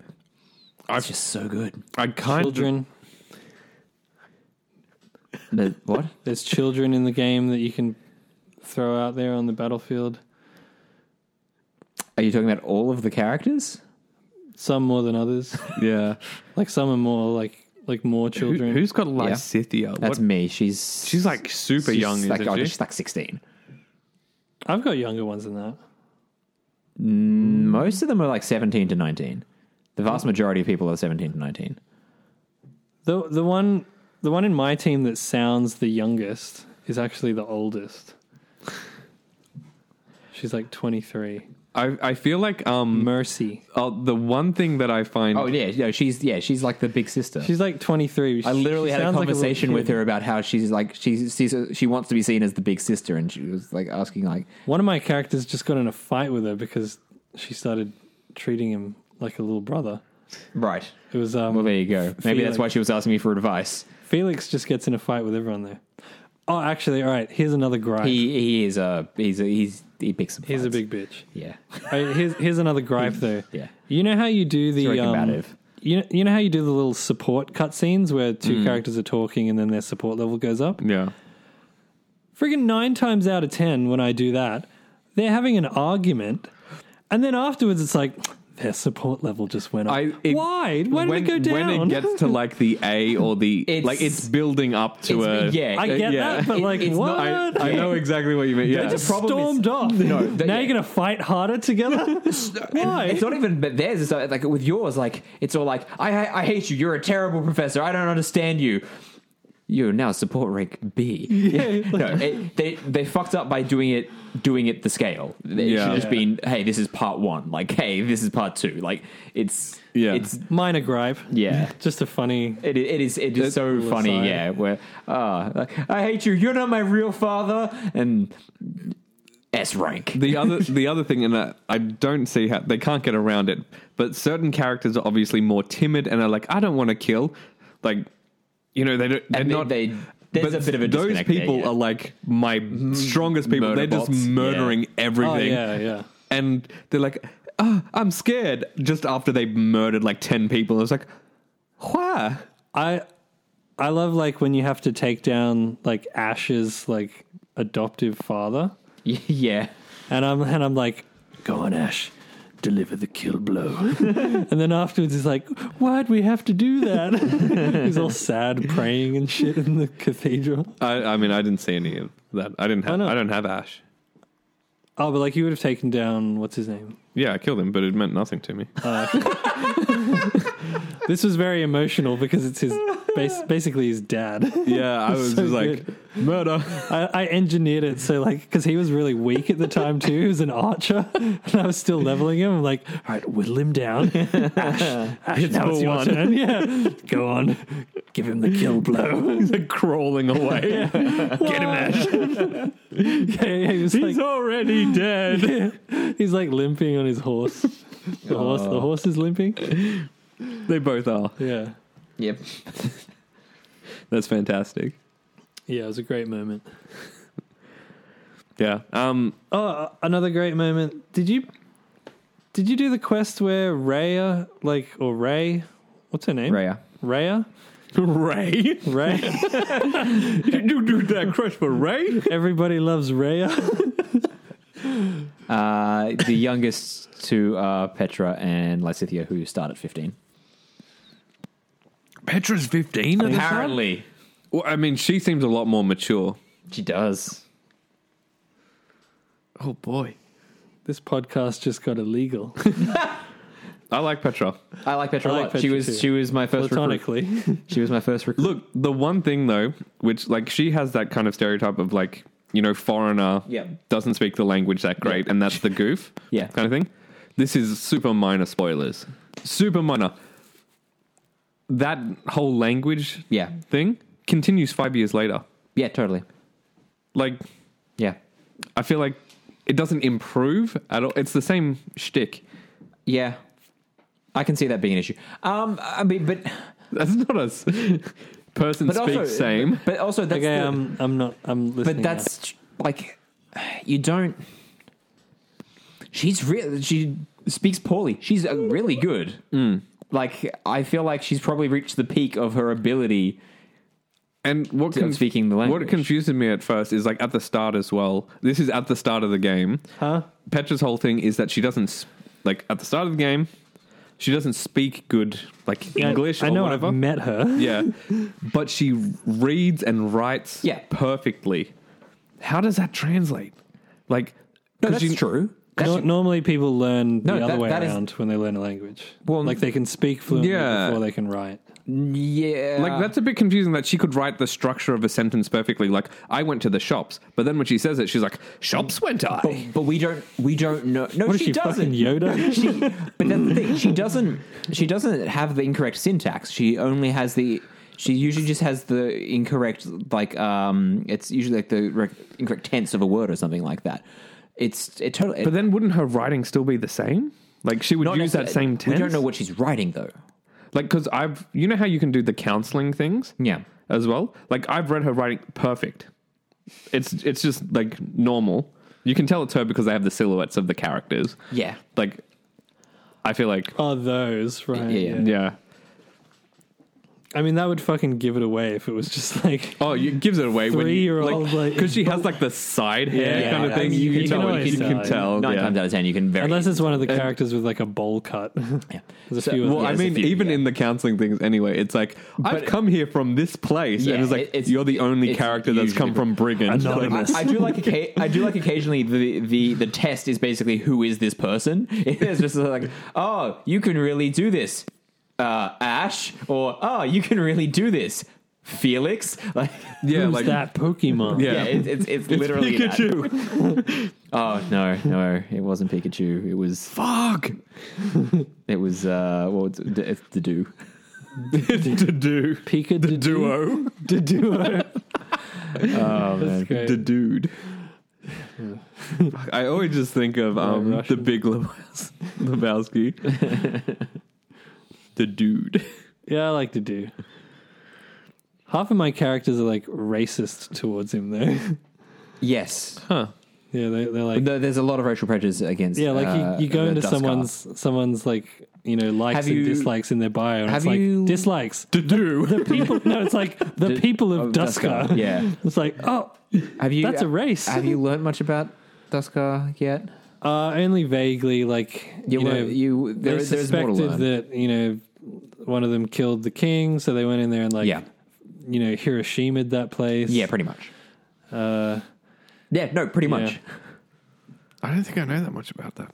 It's I've- just so good. I kind Children. The- what? There's children in the game that you can throw out there on the battlefield. Are you talking about all of the characters? Some more than others. Yeah. like some are more like like more Who, children. who's got Yeah. Lysithia? That's What- me. She's She's like super She's young, like, isn't oh, she? She's like 16. I've got younger ones than that. Most of them are like 17 to 19. The vast majority of people are 17 to 19. The the one the one in my team that sounds the youngest is actually the oldest. She's like 23. I I feel like Hmm. um Mercy. uh, the one thing that I find Oh yeah, no, she's yeah, she's like the big sister. She's like 23. I literally She had a sounds like little conversation with kid. her about how she's like she she's, she wants to be seen as the big sister, and she was like asking like, One of my characters just got in a fight with her because she started treating him like a little brother. right, It was um well there you go. Maybe that's Felix. why she was asking me for advice. Felix just gets in a fight with everyone there. Oh, actually, all right. Here's another gripe. He he is a he's a, he's he picks some. here's a fights. big bitch. yeah All right, here's here's another gripe though. yeah. You know how you do very the um, combative. you know, you know how you do the little support cutscenes where two Mm. characters are talking and then their support level goes up. yeah Friggin' nine times out of ten, when I do that, they're having an argument, and then afterwards it's like their support level just went up. I- it- Why? Why did when, it go down? when it gets to like the A or the It's- like it's building up to a It's- yeah, I it- get yeah. that, but It- like it's what? not- I know exactly what you mean. Yeah, They just The problem is- stormed off. No, that- now yeah. you're gonna fight harder together. Why? It's not even but theirs. It's like with yours, like it's all like I I hate you. You're a terrible professor. I don't understand you. You're now support rank B. no, it, they they fucked up by doing it doing it the scale. It should Yeah. have just been hey, this is part one. Like hey, this is part two. Like it's Yeah. it's Minor gripe. yeah. Just a funny. It, it is it is so little funny, aside. yeah. Where uh, like, I hate you. You're not my real father. And S rank. the other the other thing, and I, I don't see how they can't get around it. But certain characters are obviously more timid and are like, I don't want to kill. Like, you know, they don't. They're And they- not. they- there's but a bit of a those disconnect there, people yeah. Mm-hmm. are like my strongest people. murder they're bots, just yeah. murdering everything, Oh yeah, yeah. and they're like, oh, I'm scared. Just after they murdered like ten people, I was like, why? I I love like when you have to take down like Ash's like adoptive father, yeah. and I'm and I'm like, go on, Ash. Deliver the kill blow, and then afterwards he's like, "Why'd we have to do that?" he's all sad, praying and shit in the cathedral. I, I mean, I didn't see any of that. I didn't have. no. I don't have Ash. Oh, but like you would have taken down what's his name. Yeah, I killed him, but it meant nothing to me. This was very emotional because it's his bas- basically his dad. yeah, I was so just like, good. murder. I, I engineered it so like because he was really weak at the time too. He was an archer, and I was still leveling him. I'm like, all right, whittle him down. Ash, Ash now it's for your one." turn. Yeah, go on, give him the kill blow. He's like crawling away. Get him, Ash. yeah, yeah, he was like, already dead. yeah. he's like limping on his horse. The horse, Oh. the horse is limping. They both are. Yeah, Yep. That's fantastic. yeah, it was a great moment. Yeah. Um. Oh, another great moment. Did you? Did you do the quest where Raya, like, or Ray, what's her name? Raya. Raya? Ray, Ray? you do that crush for Ray? Everybody loves Raya. Uh, the youngest to uh, Petra and Lysithia, who start at 15. Petra's fifteen. Apparently. Well, I mean, she seems a lot more mature. She does. Oh boy, This podcast just got illegal I like Petra. I like Petra I a like lot. she Petra was too. she was my first recruit. platonically. She was my first recruit. Look, the one thing though, which like she has that kind of stereotype of like you know foreigner, Yeah. doesn't speak the language that great, and that's the goof, Yeah. kind of thing. This is super minor spoilers, super minor. That whole language Yeah. thing continues five years later. Yeah, totally. Like Yeah. I feel like it doesn't improve at all. It's the same shtick. Yeah. I can see that being an issue. Um I mean but That's not us. Person but speaks also same. But also that's okay, um, the- I'm I'm not I'm listening. but that's tr- like you don't she's real she speaks poorly she's uh, really good like i feel like she's probably reached the peak of her ability And what I'm speaking the What language. confuses me at first is like at the start as well. This is at the start of the game. Huh? Petra's whole thing is that she doesn't s- like at the start of the game. She doesn't speak good like now. English I or know whatever. I've met her. yeah, but she reads and writes Yeah. perfectly. How does that translate? Like, no 'cause that's you- true That's- Nor- normally, people learn the No, other that- way that is- around when they learn a language. Well, like they can speak fluently yeah. before they can write. yeah Like that's a bit confusing that she could write the structure of a sentence perfectly. Like I went to the shops, but then when she says it, she's like, "Shops went I." but, but we don't we don't know no What is she, she, fucking doesn't Yoda? she, but that's the thing. She doesn't. She doesn't have the incorrect syntax. She only has the. She usually just has the incorrect like. Um, it's usually like the re- incorrect tense of a word or something like that. It's it totally. But then wouldn't her writing still be the same? Like she would not use that necessar- same tense. We don't know what she's writing though. Like because I've you know how you can do the counseling things Yeah. as well. Like I've read her writing perfect. It's it's just like normal. You can tell it's her because they have the silhouettes of the characters. Yeah. Like I feel like oh, those right? Yeah, yeah. yeah. I mean, that would fucking give it away if it was just like Oh, it gives it away when you Three-year-old, like- because she has like the side hair Yeah, kind of yeah, thing. yeah. You, You can can tell. always You can tell. tell. Nine yeah. times out of ten, you can very. unless it's one of the characters with like a bowl cut. yeah. There's a So- few. of Well, those. I there's a mean, few, even yeah. in the counseling things, anyway, it's like I've But- come here from this place, Yeah, and it's like it- it's- you're the only it's character that's come usually- from Brigand. Anonymous. Like, I, I do like occa- I do like occasionally the, the the test is basically who is this person. It's just like oh you can really do this, uh, Ash, or oh you can really do this, Felix. Like yeah, Who's like that Pokemon? Yeah. yeah, it, it's it's literally that. Pikachu. Oh no, no, it wasn't Pikachu. It was Fuck it was uh well it's, it's the do. to do Pika the duo the duo. Oh man. the dude. I always just think of um, the Russian. Big Lebowski, Lebowski. the dude. Yeah, I like to do. Half of my characters are like racist towards him, though. Yes, Huh. yeah, they, they're like, There- there's a lot of racial prejudice against. yeah, like uh, you, you go the into Duskar. someone's someone's like you know likes Have and you- dislikes in their bio, and have it's like you- dislikes To do. the people. no, it's like the D- people of, of Duskar. Oh, Duskar, yeah. it's like oh, Have you? that's a race. Have you learned much about Duskar yet? uh, only vaguely, like you, You, know, were- you there, they there's more to suspected learn. that you know one of them killed the king, so they went in there and like Oh, Yeah. you know Hiroshima that place. yeah, pretty much. Uh, Yeah, no, pretty much. I don't think I know that much about that.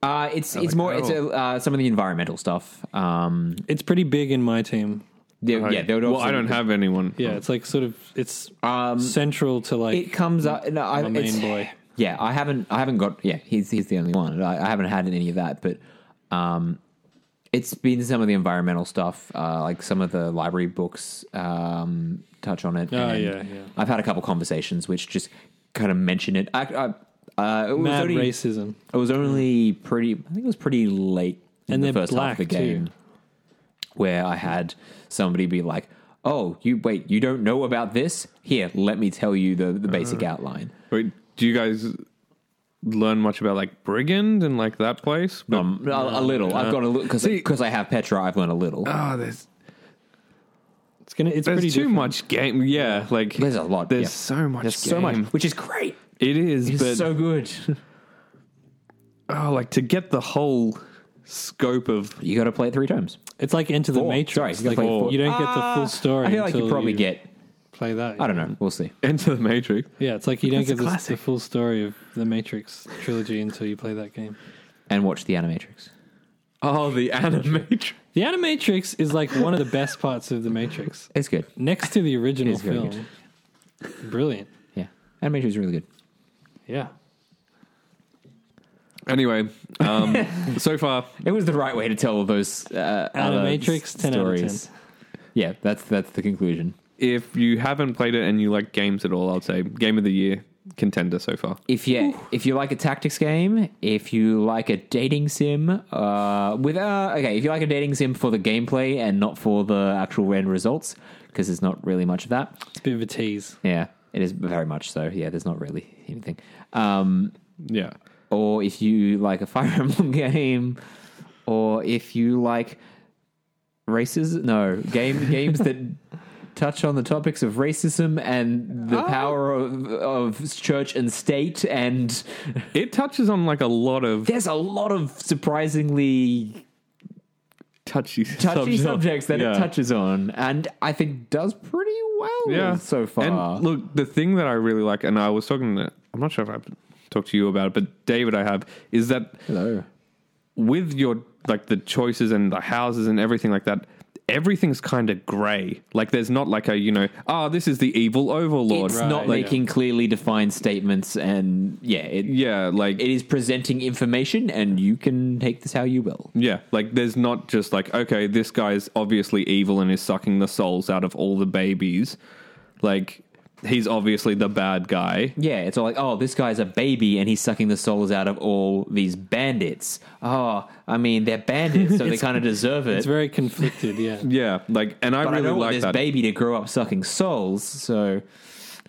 Uh, it's it's like more that. it's a, uh, some of the environmental stuff. Um, it's pretty big in my team. there- yeah, there would well, also- I don't have anyone. Yeah, it's like sort of it's Um, central to like It comes up. No, I, my it's- main boy. Yeah, I haven't. I haven't got. Yeah, he's he's the only one. I, I haven't had any of that, but um, it's been some of the environmental stuff, uh, like some of the library books um, touch on it. Oh, and yeah, yeah. I've had a couple conversations which just kind of mention it. I, I, uh, it was Mad only- racism. It was only pretty. I think it was pretty late in And the they're first half of black, the game, too. where I had somebody be like, "Oh, you wait, you don't know about this? Here, let me tell you the the Uh, basic outline." Wait, do you guys learn much about like Brigand and like that place? But- Um, Uh, a, a little. I've got a little because because I have Petra. I've learned a little. Ah, there's It's gonna. It's there's pretty too different. much game. Yeah, like There's a lot, There's yeah. so much. There's game. so much, which is great. It is, It's but so good. oh, like to get the whole scope of You got to play it three times. It's like Enter the Four. Matrix. Sorry, you gotta like, play four. Ah, you don't get the full story. I feel like until you probably get play that. I don't know. We'll see. Enter the Matrix. Yeah, it's like you don't That's a get the, the classic. full story of the Matrix trilogy until you play that game. And watch the Animatrix. Oh, the Animatrix. The Animatrix is like one of the best parts of the Matrix, It's good. next to the original It's very film. Brilliant. Yeah, Animatrix is really good. Yeah. Anyway, um, so far, It was the right way to tell all those uh, other Animatrix, 10 out of 10. Yeah, that's that's the conclusion. if you haven't played it and you like games at all, I'd say game of the year contender so far. If you if you like a tactics game, if you like a dating sim, uh, with uh, okay, if you like a dating sim for the gameplay and not for the actual end results, because there's not really much of that. It's a bit of a tease. Yeah, it is very much so. Yeah, there's not really anything. Um, Yeah. or if you like a Fire Emblem game, or if you like races, no game games that touch on the topics of racism and Oh. the power of, of church and state, and It touches on like a lot of there's a lot of surprisingly touchy, touchy subjects that Yeah. it touches on, and I think does pretty well yeah. so far. And look, the thing that I really like, and I was talking to, I'm not sure if I've talked to you about it, but David, I have, is that Hello. with your like the choices and the houses and everything like that, everything's kind of grey. Like there's not like a you know, oh, this is the evil overlord. It's Right, not yeah. making clearly defined statements, and yeah, it, yeah, like it is presenting information, and you can take this how you will. yeah, like there's not just like okay, this guy's obviously evil and is sucking the souls out of all the babies. Like he's obviously the bad guy. Yeah, it's all like, oh, this guy's a baby and he's sucking the souls out of all these bandits. Oh, I mean, they're bandits, so they kind of deserve it. It's very conflicted, yeah. Yeah, like and I but I really don't want like this that. baby to grow up sucking souls, so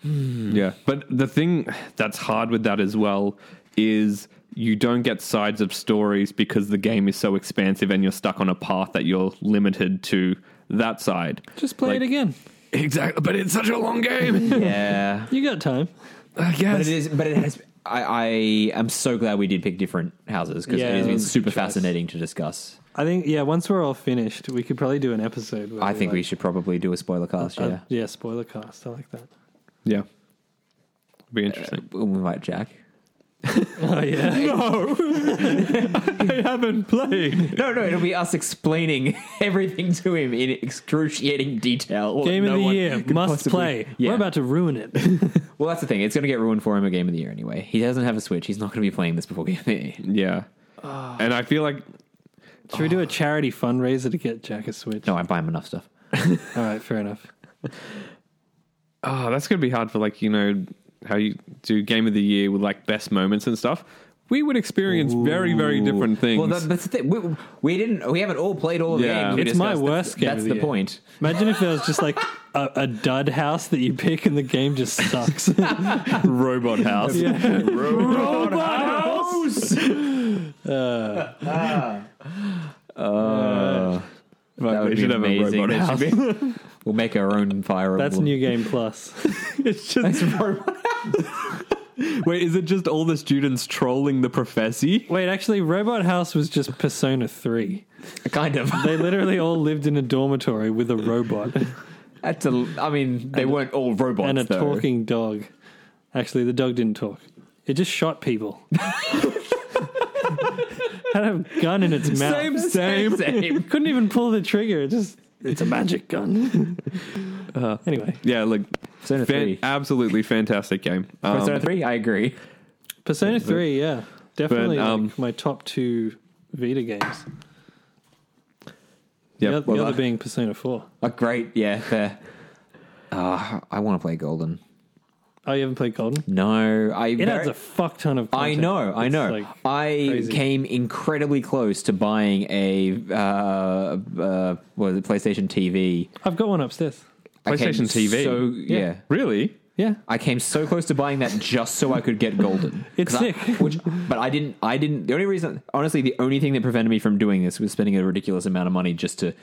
Yeah. But the thing that's hard with that as well is you don't get sides of stories because the game is so expansive and you're stuck on a path that you're limited to that side. Just play Like- it again. Exactly. But it's such a long game. yeah. You got time. I but guess. it is, but it has. I, I am so glad we did pick different houses because Yeah, it has that been was a good super choice. fascinating to discuss. I think, yeah, once we're all finished, we could probably do an episode. Where I think we like- should probably do a spoiler cast. uh, yeah, yeah, spoiler cast. I like that. yeah. Be interesting. we might, Jack. Oh, yeah. I haven't played. No, no, it'll be us explaining everything to him in excruciating detail. What Game no of the one year could must possibly- play. Yeah. We're about to ruin it. Well, that's the thing. It's going to get ruined for him at Game of the Year anyway. He doesn't have a Switch. He's not going to be playing this before Game of the Year. Yeah. and I feel like Should we do a charity fundraiser to get Jack a Switch? No, I buy him enough stuff. All right, fair enough. oh, that's going to be hard for like, you know, how you do game of the year with like best moments and stuff. We would experience very, very different things. Well, that, that's the thing. We, we didn't. We haven't all played all of Yeah. the games. we It's my discussed. That's- worst game That's of the the year. point. Imagine if there was just like a, a dud house that you pick and the game just sucks. Robot House. Uh, Uh, That would we be should have a amazing. robot That house. should be- we'll make our own fire. That's Emblem. New Game Plus. It's just wait. Is it just all the students trolling the professor? Wait, actually, Robot House was just Persona 3. kind of. They literally all lived in a dormitory with a robot That's a. I mean, they weren't all robots and a though. talking dog. Actually, the dog didn't talk, it just shot people. Had a gun in its mouth. Same, same. Same. Couldn't even pull the trigger. It just it's a magic gun. Uh, anyway, Yeah, like Persona fan- three. absolutely fantastic game. Um, Persona three. I agree. Persona Three, yeah, definitely But, um, like my top two Vita games. yeah, the oth- the well, other that- being Persona Four. A Oh, great. Yeah. Fair. Uh, I want to play Golden. Oh, you haven't played Golden? No, I. It adds a fuck ton of. I Content. know, I It's, know. like, I crazy. came incredibly close to buying a uh, uh, what was it, PlayStation TV. I've got one upstairs. I came PlayStation TV? So, yeah. really? Yeah, I came so close to buying that just so I could get golden. It's 'Cause I- sick. which, but I didn't. I didn't. The only reason, honestly, the only thing that prevented me from doing this was spending a ridiculous amount of money just to.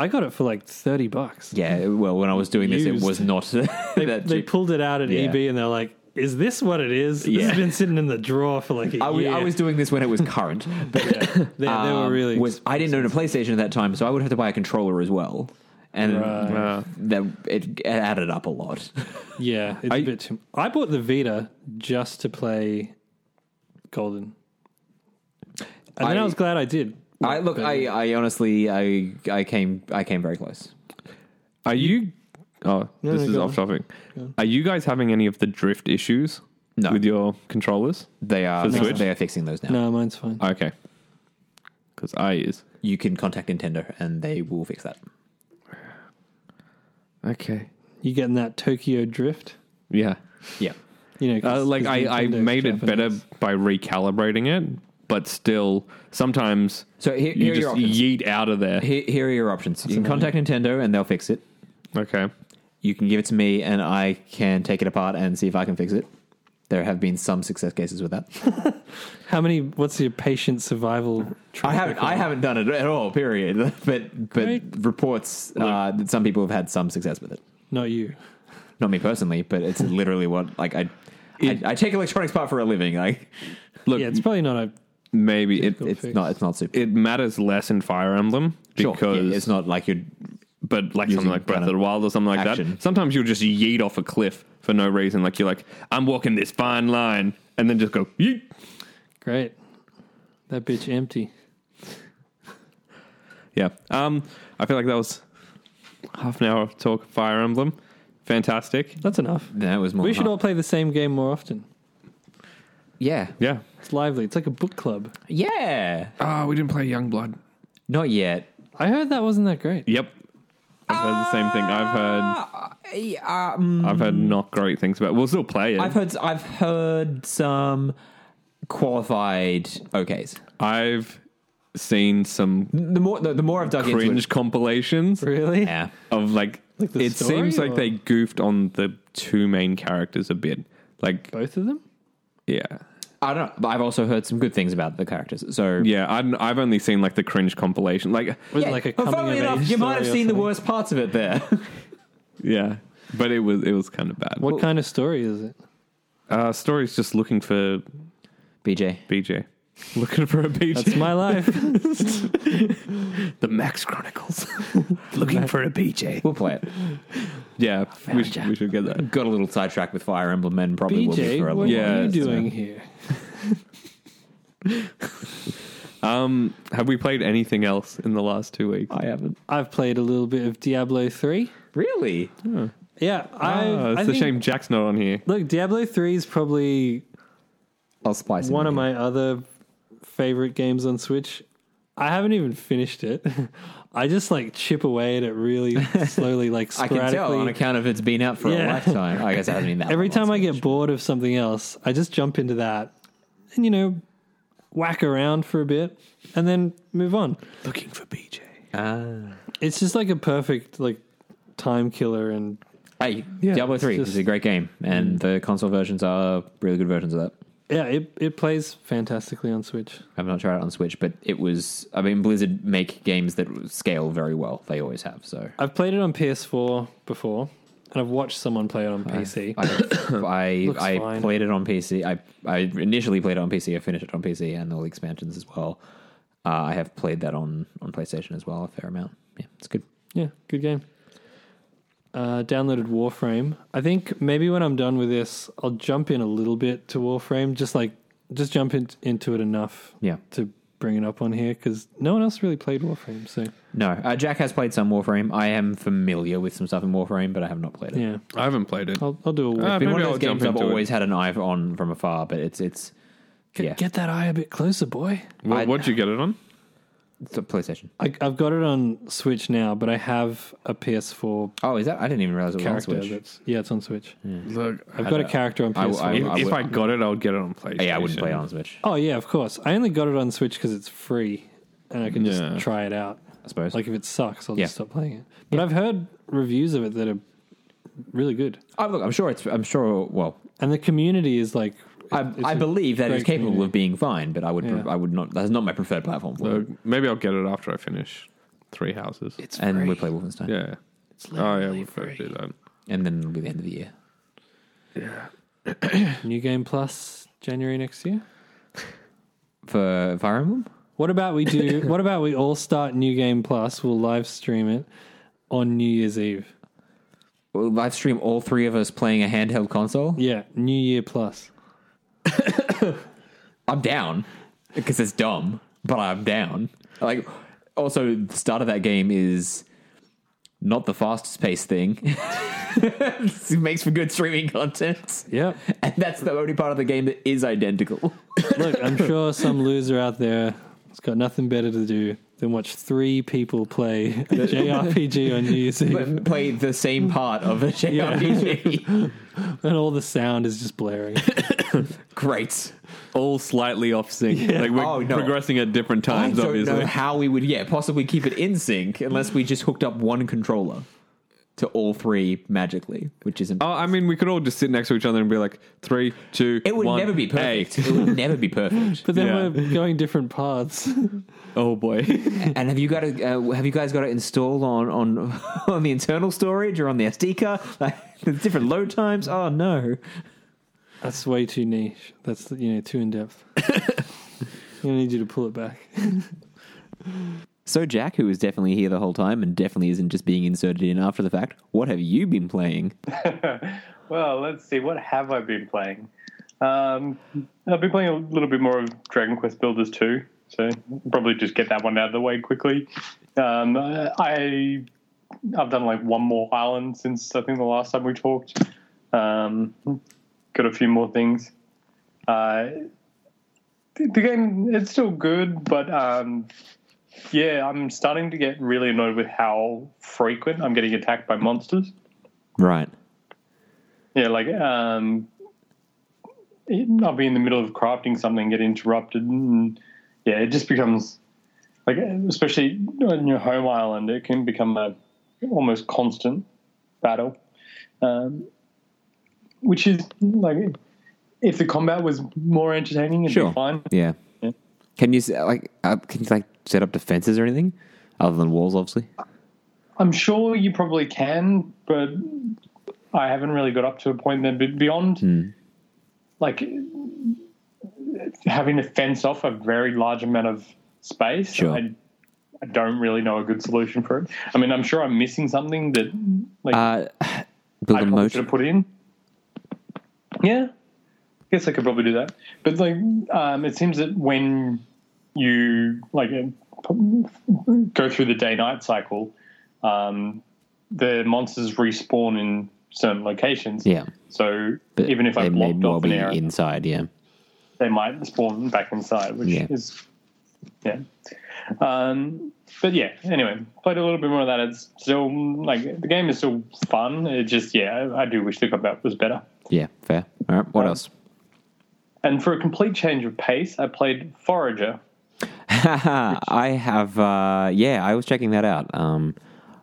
I got it for like thirty bucks. Yeah. Well, when I was doing this, Used. it was not. that They cheap. pulled it out at Yeah. EB, and they're like, "Is this what it is? This Yeah. has been sitting in the drawer for like a I wa- year." I was doing this when it was current. Yeah. they, they were um, really was I didn't own a PlayStation at that time, so I would have to buy a controller as well. and Right. Uh, that it added up a lot. Yeah, it's a I- bit too. I bought the Vita just to play Golden, and then I I- was glad I did. I look, I, I honestly, I, I came, I came very close. Are you? Oh, no, this is go off topic. Are you guys having any of the drift issues No. with your controllers? They are, For Switch? they are fixing those now. No, mine's fine. Okay, because I is You can contact Nintendo, and they will fix that. okay. You getting that Tokyo Drift? Yeah, Yeah, You know, 'cause- uh, like 'cause I, I Nintendo's made it better Japanese. by recalibrating it, but still sometimes So here- you here are just your options. yeet out of there. here, here are your options. You can contact Nintendo, and they'll fix it. Okay, You can give it to me, and I can take it apart and see if I can fix it. There have been some success cases with that. How many? What's your patient survival? I haven't, I haven't done it at all. Period. But but Great. reports uh, that some people have had some success with it. Not you. Not me personally, but it's literally what like I, I, I take electronics part for a living. Like look, Yeah, it's probably not a. maybe it it's fix. not it's not super. it matters less in Fire Emblem Sure, because yeah, it's not like you're but like Using something like Breath kind of of the Wild or something like action. that. Sometimes you'll just yeet off a cliff for no reason. Like you're like, I'm walking this fine line, and then just go yeet. Great. That bitch empty. Yeah. Um, I feel like that was half an hour of talk of Fire Emblem. Fantastic. That's enough. that was more. We than should half. all play the same game more often. yeah, Yeah. It's lively. It's like a book club. yeah, Ah, we didn't play Young Blood. not yet. I heard that wasn't that great. Yep. I've heard the same thing. I've heard Yeah, um, I've heard not great things about. It. We'll still play it. I've I've, heard I've heard some qualified okays. seen some The more the, the more I've dug into it, cringe compilations Really? yeah. of like, Like the it story, seems like or- they goofed on the two main characters a bit. Like Both of them? yeah. I don't know, but I've also heard some good things about the characters. So Yeah, I'd, I've only seen like the cringe compilation. Like, Was it like a Well, coming funnily of enough, age you might have story or seen the something? worst parts of it there. yeah, but it was it was kind of bad. What kind of story is it? uh, story's just looking for BJ, BJ, looking for a BJ. That's my life. the Max Chronicles, looking for a BJ. we'll play it. Yeah, we should, we should get that. Got a little sidetracked with Fire Emblem and probably will be BJ, for a what little Yeah, are you it's- uh, doing here? Um, have we played anything else in the last two weeks? I haven't. I've played a little bit of Diablo 3. Really? Yeah, Ah, I. it's I a think- shame Jack's not on here. Look, Diablo 3 is probably I'll splice one it of in. my other favorite games on Switch. I haven't even finished it. I just like chip away at it really slowly, like I can tell on sporadically. account of it's been out for Yeah. a lifetime. I guess I haven't been that. Every long, time I so- get bored of something else, I just jump into that and, you know, whack around for a bit and then move on. Looking for BJ. Ah. It's just like a perfect, like, time killer and Hey, Ah. Yeah, Diablo it's Three just- Mm. is a great game, and the console versions are really good versions of that. Yeah, it it plays fantastically on Switch. I've not tried it on Switch, but it was. I mean, Blizzard make games that scale very well. They always have. So I've played it on PS4 before, and I've watched someone play it on PC. I Looks I, I fine. played it on PC. I I initially played it on PC. I finished it on PC and all the expansions as well. Uh, I have played that on on PlayStation as well a fair amount. Yeah, it's good. yeah, good game. Uh, downloaded Warframe. I think maybe when I'm done with this, I'll jump in a little bit to Warframe. Just like just jump in, into it enough Yeah. to bring it up on here because no one else really played Warframe. So No, uh, Jack has played some Warframe. I am familiar with some stuff in Warframe, but I have not played it. yeah, I haven't played it. Oh, I'll I'll do a Warframe. Ah, It's been one Maybe of I'll those games I've jump into it. always had an eye on from afar, but it's it's Get- yeah, Get that eye a bit closer, boy. What, I- what'd you get it on? it's a PlayStation. I, I've got it on Switch now, but I have a PS4 Oh, is that? I didn't even realize it was on character. Switch. That's, yeah, it's on Switch. Look, I've got a character on I will- PS4. I if, will- if would- I got it, I would get it on PlayStation. Yeah, I wouldn't play it on Switch. oh yeah, of course. I only got it on Switch because it's free, and I can Yeah. just try it out. I suppose. Like if it sucks, I'll Yeah. just stop playing it. But I've heard reviews of it that are really good, oh, look, I'm sure it's. I'm sure. Well, and the community is like, I, it's I a believe that it's great capable community. of being fine, but I would. Yeah. I would not. That's not my preferred platform. For it. Look, maybe I'll get it after I finish Three Houses. it's And we play Wolfenstein, yeah. Oh yeah, we'll probably do that. and then it'll be the end of the year. New Game Plus January next year. For Fire Emblem, What about we do? what about we all start New Game Plus? We'll live stream it, on New Year's Eve. We'll live stream all three of us playing a handheld console. Yeah, New Year plus. I'm down because it's dumb, but I'm down. Like, also, the start of that game is not the fastest paced thing. it makes for good streaming content, Yep. and that's the only part of the game that is identical. Look, I'm sure some loser out there has got nothing better to do than watch three people play a JRPG on New Year's Eve, But play the same part of a JRPG. and all the sound is just blaring. Great. all slightly off sync. Like we're Oh, no. progressing at different I times, don't obviously. know how we would, yeah, possibly keep it in sync unless we just hooked up one controller to all three magically, which isn't. Oh, I mean, we could all just sit next to each other and be like, three, two, it would one, never be A. perfect. It would never be perfect. But then Yeah. we're going different paths. Oh boy. And have you got it? Uh, have you guys got it installed on on on the internal storage or on the SD card? Like, there's different load times. Oh no! That's way too niche. That's you know too in depth. I need you to pull it back. So Jack, who was definitely here the whole time and definitely isn't just being inserted in after the fact, what have you been playing? Well, let's see. What have I been playing? Um, I've been playing a little bit more of Dragon Quest Builders 2, so probably just get that one out of the way quickly. Um, I I've done like one more island since I think the last time we talked. Um, got a few more things. Uh, the the game it's still good, but um, yeah, I'm starting to get really annoyed with how frequent I'm getting attacked by monsters. Right. Yeah, like um, it- I'll be in the middle of crafting something, get interrupted, and yeah, it just becomes like, especially on your home island, it can become a almost constant battle, um, which is like if the combat was more entertaining, it'd Sure. be fine. Yeah. Yeah. Can you s- like uh, can you like set up defenses or anything other than walls? Obviously. I'm sure you probably can, but I haven't really got up to a point there. But beyond, like having to fence off a very large amount of space, Sure. I, I don't really know a good solution for it. I mean, I'm sure I'm missing something that like Uh, I build a probably moat. should have put in. Yeah, guess I could probably do that. But like, um, it seems that when you like uh, go through the day-night cycle, um, the monsters respawn in certain locations. Yeah. So But even if I they may blocked well off an be area, inside, yeah. they might spawn back inside, which Yeah. is yeah. Um, but yeah, anyway, played a little bit more of that. It's still like the game is still fun. It just yeah, I, I do wish the combat was better. Yeah, fair. All right, Um, what else? And for a complete change of pace, I played Forager. I have, uh, yeah, I was checking that out. Um,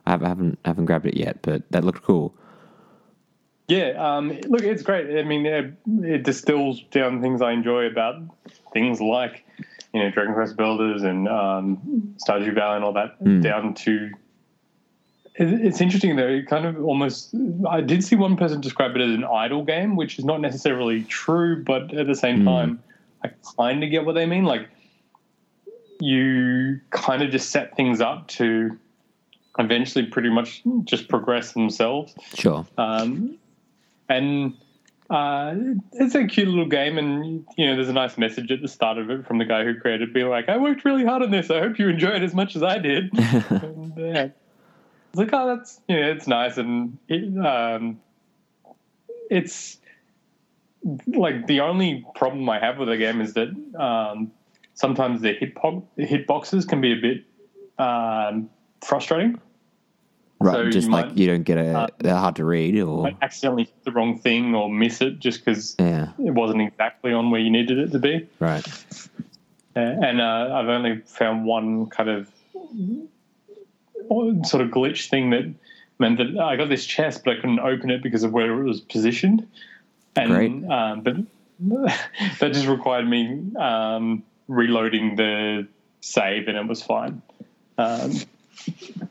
I hav- haven't haven't grabbed it yet, but that looked cool. Yeah, um, look, it's great. I mean, it, it distills down things I enjoy about things like, you know, Dragon Quest Builders and um, Stardew Valley and all that down to. It, it's interesting though. It kind of almost. I did see one person describe it as an idle game, which is not necessarily true, but at the same time, I kind of get what they mean. Like, you kind of just set things up to eventually pretty much just progress themselves Sure. um, and uh, it's a cute little game, and you know, there's a nice message at the start of it from the guy who created, it, being like, "I worked really hard on this. I hope you enjoy it as much as I did." and, yeah. It's like, oh, that's you know, it's nice, and it, um, it's like the only problem I have with the game is that um, sometimes the hit po- hitboxes can be a bit um, frustrating. Right, so uh, just you like might- you don't get a, they're hard to read or Like accidentally hit the wrong thing or miss it just because yeah, it wasn't exactly on where you needed it to be. right, Uh, and uh, I've only found one kind of uh, sort of glitch thing that meant that I got this chest, but I couldn't open it because of where it was positioned. And Great. Um, but that just required me um, reloading the save, and it was fine. Um,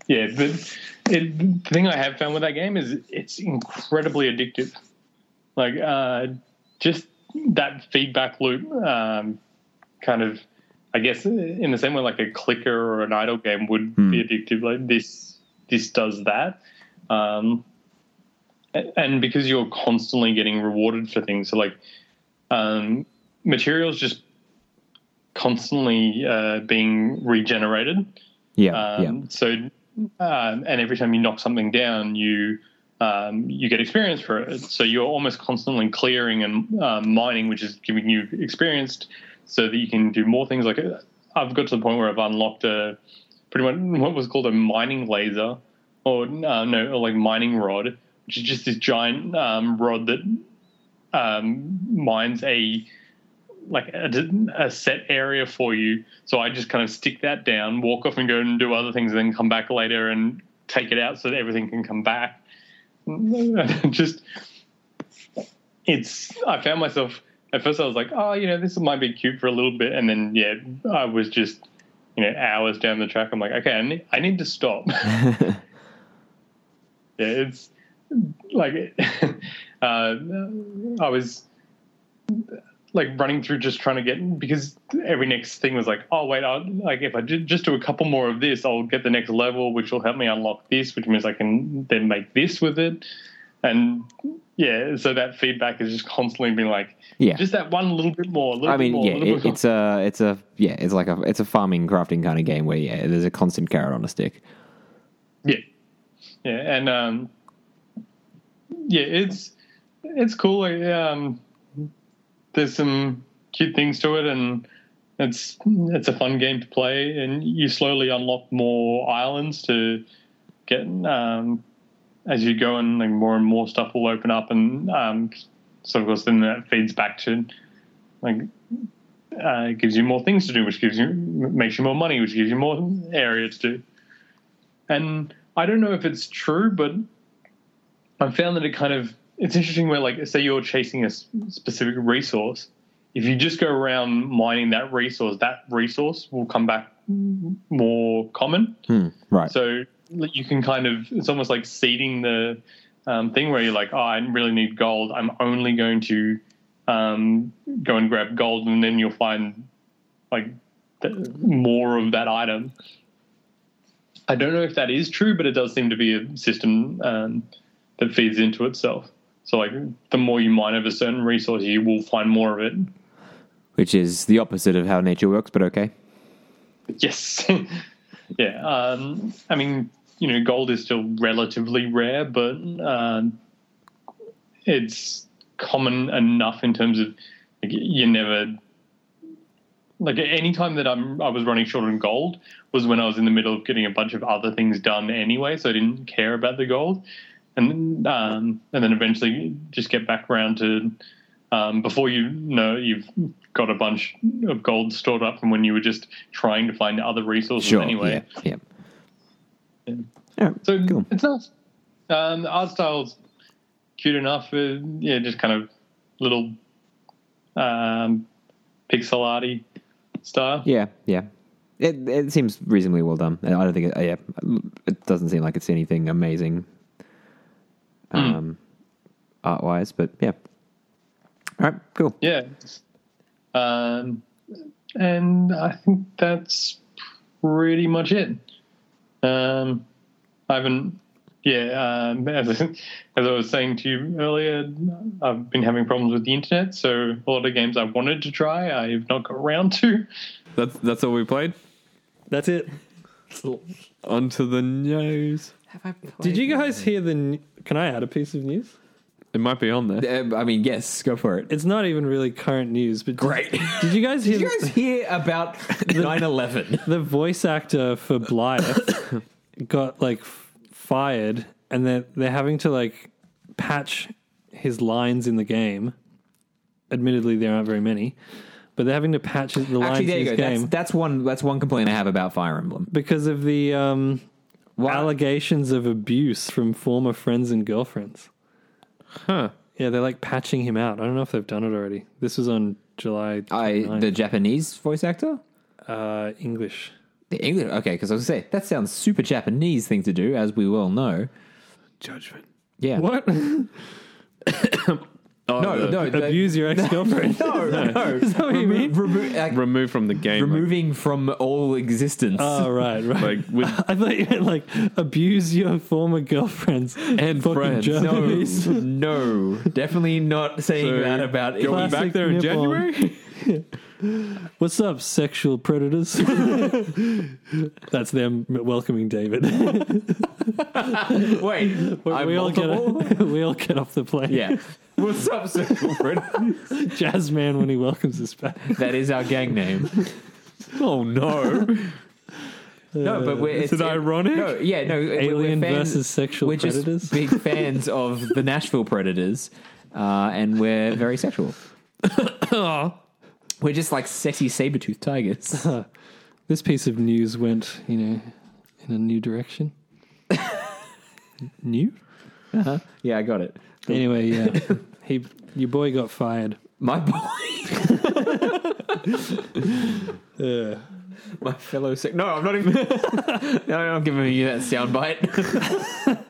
yeah, but it, the thing I have found with that game is it's incredibly addictive. Like uh, just that feedback loop um, kind of I guess in the same way like a clicker or an idle game would be addictive. Like this this does that. Um, a- and because you're constantly getting rewarded for things, so like um, materials just constantly uh, being regenerated. Yeah. Um, So, um, and every time you knock something down, you um, you get experience for it. So you're almost constantly clearing and um, mining, which is giving you experience, so that you can do more things. Like uh, I've got to the point where I've unlocked a pretty much what was called a mining laser, or uh, no, or like mining rod, which is just this giant um, rod that um, mines a like a, a set area for you. So I just kind of stick that down, walk off and go and do other things, and then come back later and take it out so that everything can come back. just it's I found myself at first I was like, oh, you know, this might be cute for a little bit, and then yeah, I was just you know hours down the track. I'm like, okay, I need, I need to stop. yeah, Yeah. it's like uh, I was like running through just trying to get because every next thing was like oh wait I'll, like if i ju- just do a couple more of this i'll get the next level which will help me unlock this which means i can then make this with it and yeah so that feedback is just constantly being like Yeah. just that one little bit more a little I mean, bit more, a yeah, little it, bit it's a, it's a, yeah, it's like a, it's a farming crafting kind of game where yeah, there's a constant carrot on a stick. Yeah, yeah, and um, yeah, it's it's cool. like, Um, there's some cute things to it, and it's it's a fun game to play. And you slowly unlock more islands to get um, as you go, and like more and more stuff will open up, and um, so of course then that feeds back to like uh, it gives you more things to do, which gives you makes you more money, which gives you more area to do. And I don't know if it's true, but I found that it kind of it's interesting where like say you're chasing a s- specific resource, if you just go around mining that resource, that resource will come back more common. Hmm, right. So like, you can kind of it's almost like seeding the um, thing where you're like, oh, I really need gold. I'm only going to um, go and grab gold, and then you'll find like th- more of that item. I don't know if that is true, but it does seem to be a system um, that feeds into itself. So like the more you mine of a certain resource, you will find more of it. Which is the opposite of how nature works, but okay. Yes. yeah. Um, I mean, you know, gold is still relatively rare, but um, it's common enough in terms of like, you never. Like any time that I'm, I was running short on gold was when I was in the middle of getting a bunch of other things done anyway, so I didn't care about the gold, and um, and then eventually just get back around to um, before you know you've got a bunch of gold stored up from when you were just trying to find other resources Sure. anyway. Yeah. Yeah. So Cool. it's nice. Um, the art style's cute enough. Uh, yeah, just kind of little um, pixel arty style. Yeah, yeah. It it seems reasonably well done. I don't think it, yeah, it doesn't seem like it's anything amazing, um, art wise. But yeah, all right, cool. Yeah. Um, and I think that's pretty much it. Um, I haven't, yeah, um, as, I, as I was saying to you earlier, I've been having problems with the internet, so a lot of games I wanted to try, I've not got around to. That's that's all we played. That's it. On to the news. Did you guys hear the? n- Can I add a piece of news? It might be on there. Uh, I mean, yes, go for it. It's not even really current news, but Great. Did you guys hear Did you guys hear about 9-11? the voice actor for Blythe got like f- fired, and they're they're having to like patch his lines in the game. Admittedly, there aren't very many, but they're having to patch the lines Actually, there in you his go. game That's, that's one. That's one complaint I have about Fire Emblem. because of the um, allegations of abuse from former friends and girlfriends. Huh. Yeah, they're like patching him out. I don't know if they've done it already. This was on July. I 29th. the Japanese voice actor. uh, English. The English. Okay, because I was gonna say that sounds super Japanese thing to do, as we well know. Judgment. Yeah. What? Oh, No, the- no, the- Abuse your ex girlfriend. no, no. Is that what you mean? Remo- like, Removed from the game. like- removing from all existence. Oh right, right. Like, with- I thought you meant like abuse your former girlfriends and fucking friends. No. no, Germans. no, definitely not saying So, that about going it. Classic back there in nip on. January. What's up, sexual predators? That's them welcoming David. we, Wait, I'm we all get multiple? we all get off the plane. Yeah. What's up, Circle Friend? Jazz man when he welcomes us back. That is our gang name. oh no! No, but we're. Is it ironic? No, yeah, no. we're- Alien we're fans, versus sexual We're just predators. big fans of the Nashville Predators, uh, and we're very sexual. we're just like sexy saber-toothed tigers. This piece of news went, you know, in a new direction. new? Yeah, I got it. Anyway, yeah. he your boy got fired. My boy, Uh. Yeah. my fellow sec. No, I'm not even. no, I'm giving you that soundbite.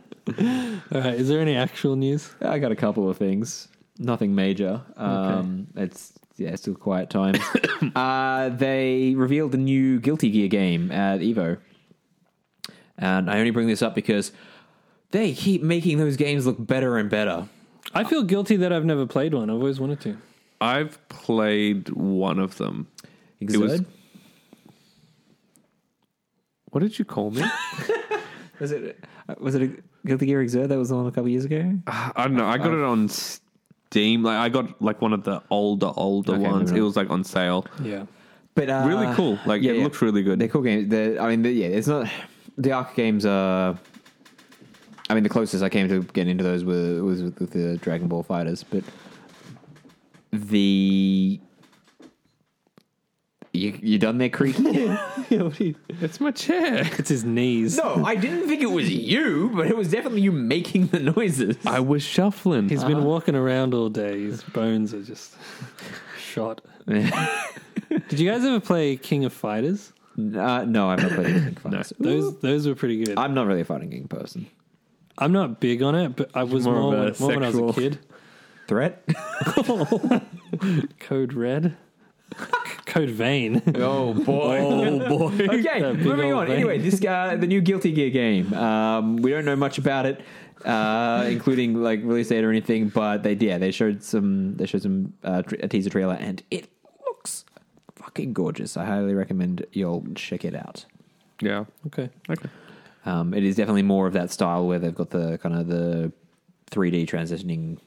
All right, is there any actual news? I got a couple of things. Nothing major. Um, It's yeah, still quiet time. uh, they revealed the new Guilty Gear game at Evo, and I only bring this up because they keep making those games look better and better. I feel guilty that I've never played one. I've always wanted to. I've played one of them. Exerd? was- What did you call me? was it uh, was it a Guilty Gear Exerd that was on a couple years ago? I don't know. I got it on Steam. Like I got like one of the older, older Okay, Mm-hmm. ones. maybe It not. was like on sale. Yeah. But uh, Really cool. Like yeah, it yeah. looks really good. They're cool games. They're, I mean, they- yeah, it's not the arc games are. I mean, the closest I came to getting into those were was with, with the Dragon Ball Fighters, but the you you done there, creaky? It's my chair. It's his knees. no, I didn't think it was you, but it was definitely you making the noises. I was shuffling. He's been walking around all day. His bones are just shot. Did you guys ever play King of Fighters? Uh, no, I'm not playing anything fighters. Ooh. Those those were pretty good. I'm not really a fighting game person. I'm not big on it, but I was More more, of a when, more when I was a sexual- kid. Threat? Code Red, Code Vein. Oh boy! oh boy! Okay, That big moving old on. vein. Anyway, this guy, the new Guilty Gear game. Um, we don't know much about it, uh, including like release date or anything. But they, yeah, they showed some. They showed some uh, tr- a teaser trailer, and it looks fucking gorgeous. I highly recommend y'all check it out. yeah. Okay. Okay. Um, it is definitely more of that style where they've got the kind of the 3D transitioning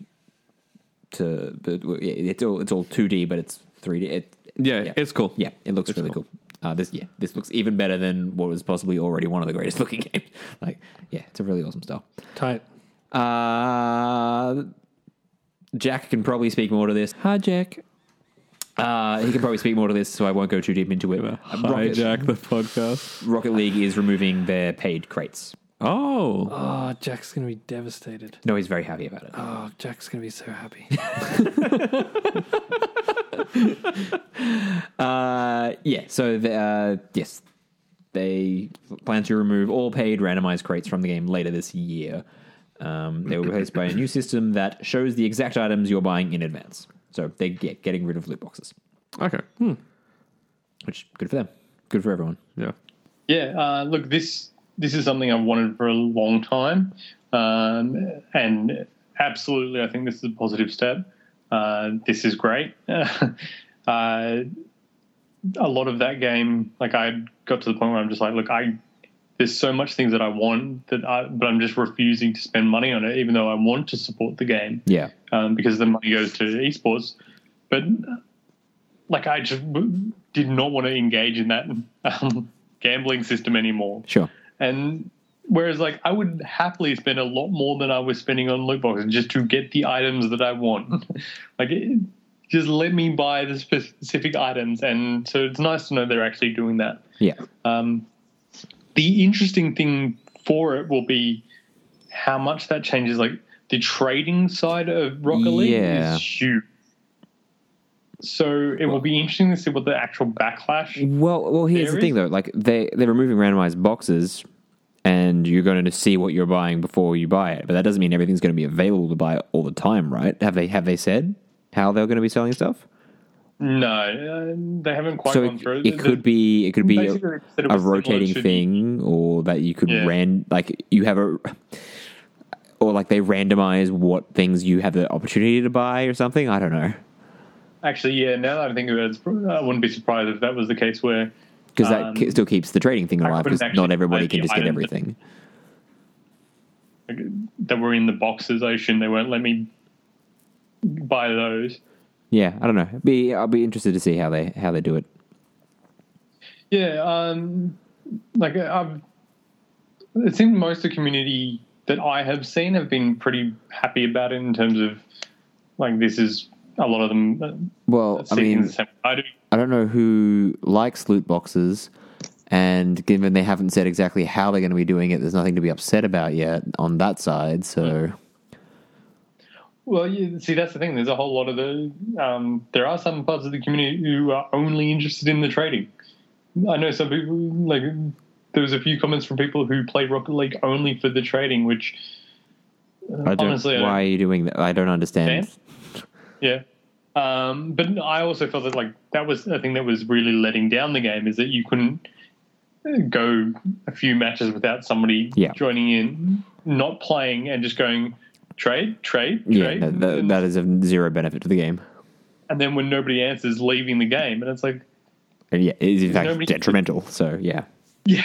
to, but yeah, it's all it's all 2D, but it's 3D. It, Yeah, Yeah. it's cool. yeah, it looks really cool. Uh, this yeah, this looks even better than what was possibly already one of the greatest looking games. Like, yeah, it's a really awesome style. Tight. Uh, Jack can probably speak more to this. Hi, Jack. Uh, he can probably speak more to this, so I won't go too deep into it. Um, Rocket, the podcast. Rocket League is removing their paid crates. Oh. Oh, Jack's gonna be devastated. No, he's very happy about it. Oh, Jack's gonna be so happy. Uh, yeah, so the, uh, yes, they plan to remove all paid randomized crates from the game later this year. Um, they will be replaced by a new system that shows the exact items you're buying in advance. So they get getting rid of loot boxes, Okay. Hmm. which good for them, good for everyone. Yeah. Yeah, uh, look, this this is something I've wanted for a long time, um, and absolutely, I think this is a positive step. Uh, this is great. uh, a lot of that game, like I got to the point where I'm just like, look, I there's so much things that I want that, I, but I'm just refusing to spend money on it, even though I want to support the game Yeah, um, because the money goes to esports. But uh, like, I just w- did not want to engage in that um, gambling system anymore. sure. And whereas, like, I would happily spend a lot more than I was spending on loot boxes just to get the items that I want. like, it, just let me buy the specific items. And so it's nice to know they're actually doing that. Yeah, Um, the interesting thing for it will be how much that changes. Like the trading side of Rocket League Yeah. is huge. So it will be interesting to see what the actual backlash. Well, well, here's There the thing is- though. Like they they're removing randomized boxes, and you're going to see what you're buying before you buy it. But that doesn't mean everything's going to be available to buy all the time, right? Have they have they said how they're going to be selling stuff? No, uh, they haven't quite so gone it, through. it could be it could be a, Basically, they said it a was similar rotating to the- thing, or that you could Yeah. ran like you have a or like they randomize what things you have the opportunity to buy or something. I don't know Actually, yeah. Now that I'm thinking about it, I wouldn't be surprised if that was the case where because that Um, ki- still keeps the trading thing I alive couldn't because actually not everybody find can the just get items that- everything. like, that uh, were in the boxes. I assume they won't let me buy those. Yeah, I don't know. Be I'll be interested to see how they how they do it. Yeah, um, like I've, it seemed most of the community that I have seen have been pretty happy about it in terms of like this is a lot of them uh, Well, I see things mean, the same way I do. I don't know who likes loot boxes, and given they haven't said exactly how they're going to be doing it, there's nothing to be upset about yet on that side. Hmm. So Well, you, see, that's the thing. There's a whole lot of the. Um, there are some parts of the community who are only interested in the trading. I know some people like. There was a few comments from people who play Rocket League only for the trading, which I don't, honestly, I don't- why are you doing that? I don't understand. Understand? Yeah. Um, but I also felt that like that was the thing that was really letting down the game is that you couldn't uh, go a few matches without somebody Yeah. joining in, not playing, and just going trade, trade, trade, Yeah, no, tha- and, that is of zero benefit to the game. and then when nobody answers, leaving the game, and it's like, And yeah, it is in fact Nobody- detrimental. So yeah, yeah,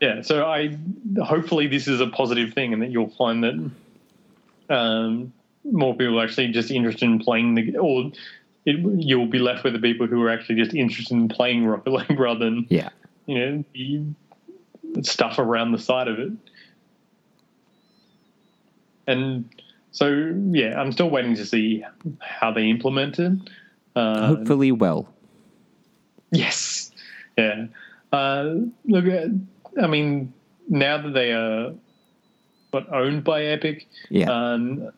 yeah. So I hopefully this is a positive thing, and that you'll find that um, more people are actually just interested in playing the or. It, you'll be left with the people who are actually just interested in playing Rocket League rather than yeah, you know, the stuff around the side of it. And so, yeah, I'm still waiting to see how they implement it. Uh, hopefully well. Yes. Yeah. Uh, look, uh, I mean, now that they are but owned by Epic, Yeah. uh, um,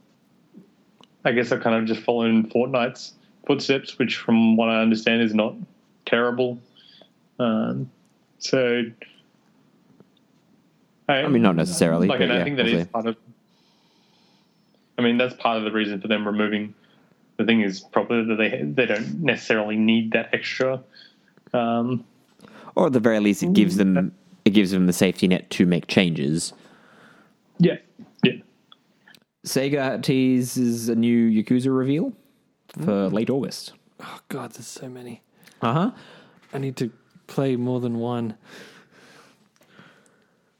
I guess I've kind of just followed in Fortnite's footsteps, which, from what I understand, is not terrible. Um, so, I, mean, not necessarily, Like, but and yeah, I think that is we'll see. part of. I mean, that's part of the reason for them removing. The thing is probably that they they don't necessarily need that extra um, or at the very least, it gives them it gives them the safety net to make changes. yeah, yeah. Sega teases a new Yakuza reveal Mm. for late August. Oh god, there's so many. Uh huh. I need to play more than one.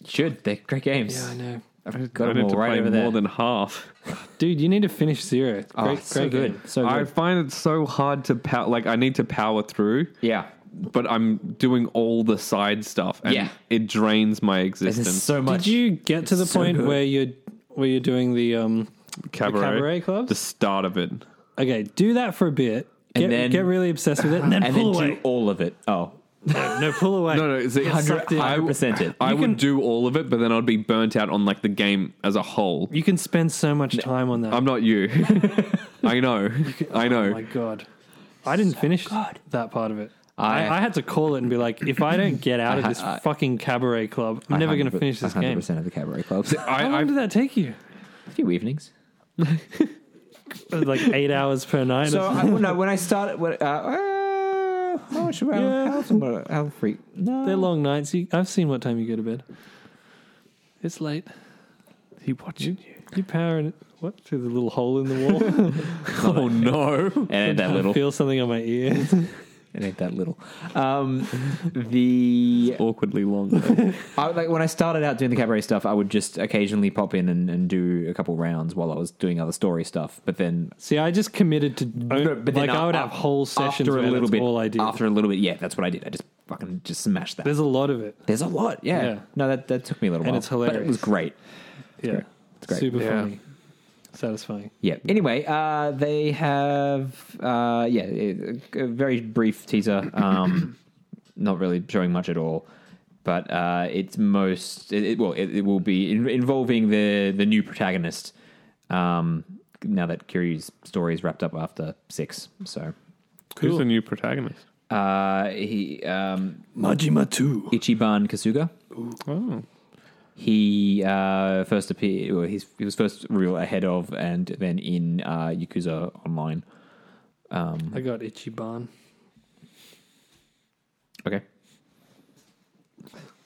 Should they're great games. Yeah, I know. I've got I them need all to right play over there. more than half. Dude, you need to finish zero. Great, Oh, so great good, game. so good. I find it so hard to power. Like I need to power through, yeah, but I'm doing all the side stuff, and Yeah. it drains my there's existence. so much. Did you get to the so point good. where you're where you're doing the um cabaret, cabaret clubs? the start of it. okay, do that for a bit. And Get, then- get really obsessed with it and then and pull then do away. all of it. Oh, no, pull away. No, no, it's a sucked in. I, 100% it. I would do all of it, but then I'd be burnt out on like the game as a whole. You can spend so much time on that. I'm not you. I know. I Oh know. my god. I didn't finish that part of it. I, I- I had to call it and be like, if I don't get out of I- this I- fucking cabaret club, I'm never going to finish this game. percent of the cabaret clubs. How I, long I've- did that take you? a few evenings. Like eight hours per night? So I, no, when I started, when, uh, uh, how much? How, how, how freak? No, They're long nights. You, I've seen what time you go to bed. It's late. he watching you. You powering it, what through the little hole in the wall? Oh no. It ain't that I little. feel something on my ear. It ain't that little. Um, the Awkwardly long. though. I, like when I started out doing the cabaret stuff, I would just occasionally pop in and, and do a couple rounds while I was doing other story stuff. But then, See, I just committed to No, Oh, but then like I would a- have whole sessions after a where little that's bit. all I did. After a little bit, yeah, that's what I did. I just fucking just smashed that. There's, There's a lot of it. a lot, yeah. Yeah. No, that that took me a little And while, it's but it hilarious. was great. Yeah, it's great. super Yeah. funny, satisfying. Yeah. Anyway, uh, they have uh, yeah a a very brief teaser, um, not really showing much at all, but uh, it's most it, it, well it, it will be in, involving the the new protagonist. Um, now that Kiryu's story is wrapped up after six, so Who's the new protagonist? uh, he um, Majima Two. Ichiban Kasuga. Oh. He uh, first appeared. Well, he's, he was first real ahead of, and then in uh, Yakuza Online. Mm. I got Ichiban. Okay.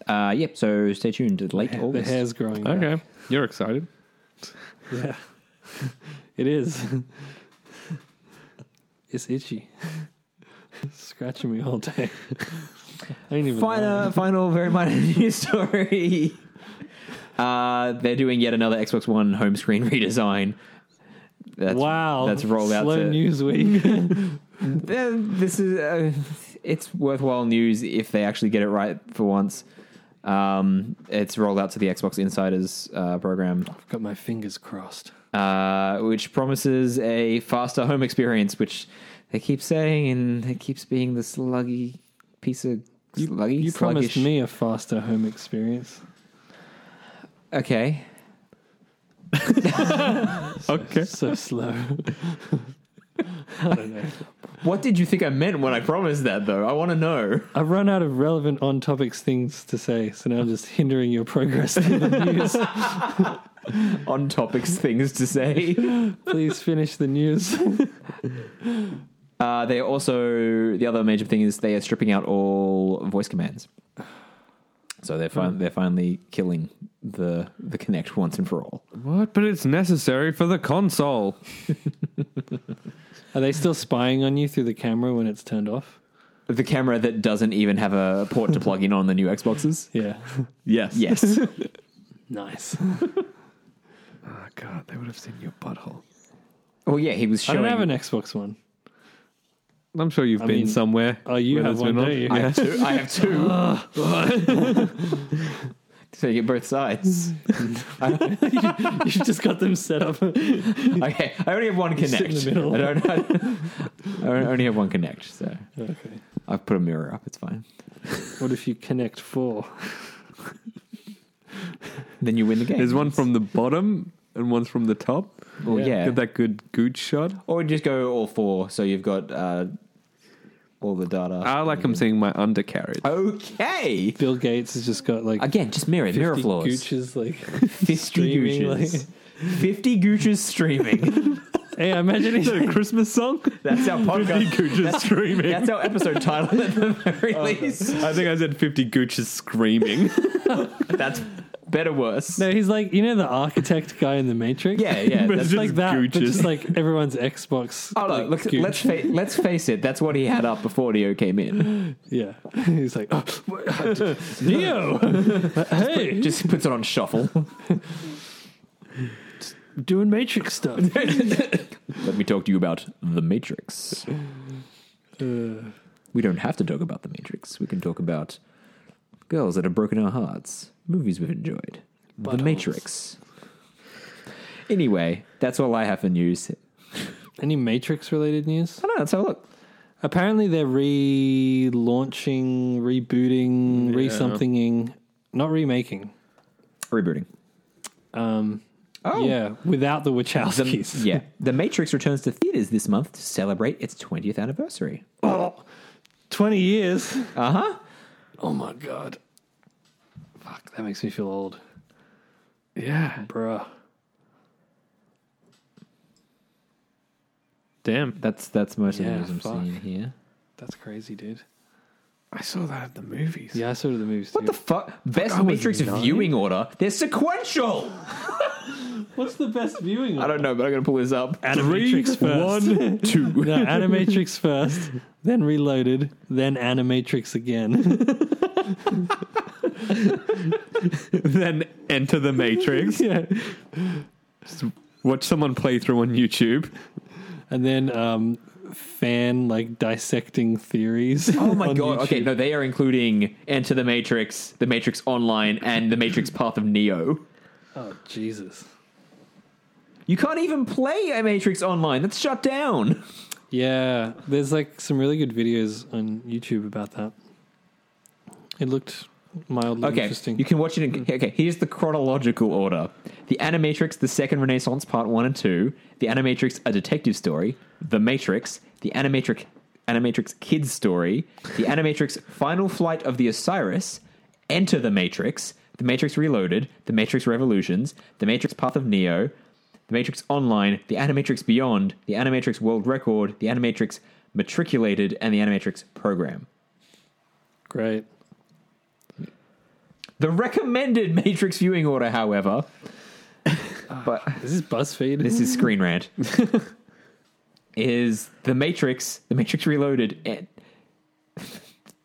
Uh, yep. So stay tuned. Late The August. hair's growing. back. Okay. You're excited. Yeah. it is. it's itchy. It's Scratching me all day. I didn't even know. Final, final, very minor news story. Uh, they're doing yet another Xbox One home screen redesign. That's, Wow. that's rolled out Slow to- news week. Uh, This is uh, it's worthwhile news if they actually get it right for once. Um, it's rolled out to the Xbox Insiders uh, program, got my fingers crossed. uh, which promises a faster home experience, which they keep saying, and it keeps being the sluggy piece of sluggy. You sluggish. promised me a faster home experience. okay. Okay. So slow. I don't know. What did you think I meant when I promised that, though? I want to know. I've run out of relevant on topics things to say, so now I'm just hindering your progress through the news. On topics, things to say. Please finish the news. Uh, they also the other major thing is they are stripping out all voice commands. So they're Hmm. fin- they're finally killing the the Connect once and for all. What? But it's necessary for the console. Are they still spying on you through the camera when it's turned off? The camera that doesn't even have a port to plug in on the new Xboxes. Yeah. Yes. Yes. Nice. Oh, God, they would have seen your butthole. Oh yeah, he was I showing. don't have an Xbox One. I'm sure you've I been mean- somewhere. Oh, you where have that's one, been don't you? I have two. I have two. so you get both sides. You've just got them set up. Okay, I only have one sit in Connect. the I middle. don't. I don't- I only have one Connect, so okay. I've put a mirror up. It's fine. What if you connect four? Then you win the game. There's one from the bottom and one's from the top. Well, Yeah. yeah. Get that good gooch shot. Or just go all four, so you've got uh, all the data. I like I'm seeing my undercarriage. okay. Bill Gates has just got like Again, just mirror, mirror 50 flaws. Gooches, like 50 streaming, Gooches. 50 Gooches streaming. hey, I imagine he's a Christmas song? That's our podcast. Gooches screaming. That's our episode title at the very least. I think I said 50 Gooches screaming. That's better worse. no, he's like you know the architect guy in the Matrix. Yeah, yeah. But That's, it's like that, but Gooches. just like everyone's Xbox. oh, no, like, look, Gooch. let's, fa- let's face it. That's what he had up before Neo came in. yeah. He's like, oh, Neo! hey, just puts it on shuffle. doing Matrix stuff. Let me talk to you about The Matrix. Uh, We don't have to talk about The Matrix. We can talk about girls that have broken our hearts, movies we've enjoyed, The Buttholes. Matrix. Anyway, that's all I have for news. any Matrix related news? I don't know, let's have a look. Apparently, they're relaunching, rebooting, re-somethinging, not remaking. Rebooting. Um, Oh, Yeah, without the Wachowskis. yeah. The Matrix returns to theaters this month to celebrate its 20th anniversary. Oh, 20 years. Uh huh. Oh my God. Fuck, that makes me feel old. yeah. Bruh. Damn. That's that's most Yeah, of the news fuck. I'm seeing here. That's crazy, dude. I saw that at the movies. Yeah, I saw it in the movies. What the fuck? Best Matrix viewing order? They're sequential! What's the best viewing? I don't know, but I'm going to pull this up. Animatrix first. One, two. No, Animatrix first, then Reloaded, then Animatrix again. then enter the Matrix. yeah. Watch someone play through on YouTube. And then um, fan like dissecting theories. Oh my on god! YouTube. Okay, no, they are including Enter the Matrix, The Matrix Online, and The Matrix Path of Neo. Oh Jesus. You can't even play a Matrix Online. That's shut down. Yeah, there's like some really good videos on YouTube about that. It looked mildly Okay, interesting. you can watch it. In, okay, here's the chronological order: The Animatrix, The Second Renaissance, Part One and Two, The Animatrix: A Detective Story, The Matrix, The Animatrix, Animatrix Kids Story, The Animatrix: Final Flight of the Osiris, Enter the Matrix, The Matrix Reloaded, The Matrix Revolutions, The Matrix Path of Neo, The Matrix Online, The Animatrix Beyond, The Animatrix World Record, The Animatrix Matriculated, and The Animatrix Program. Great. The recommended Matrix viewing order, however, but Is Ah, this BuzzFeed? this is Screen Rant, is The Matrix, The Matrix Reloaded, and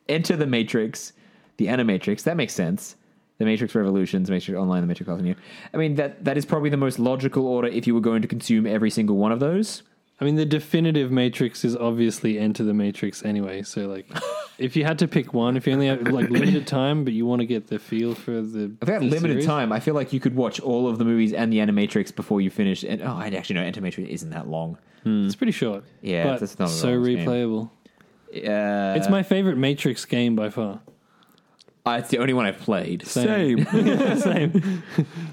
Enter the Matrix, The Animatrix. That makes sense. The Matrix Revolutions, Matrix Online, The Matrix Classic. I mean, that that is probably the most logical order if you were going to consume every single one of those. I mean, the definitive Matrix is obviously Enter the Matrix anyway. So, like, if you had to pick one, if you only have like limited time, but you want to get the feel for the, If I had the limited series- time, I feel like you could watch all of the movies and The Animatrix before you finish. And oh, I actually know Enter Matrix isn't that long. it's pretty short. Yeah, but that's not a so long game. replayable. Uh, It's my favorite Matrix game by far. uh, it's the only one I've played. Same. Same.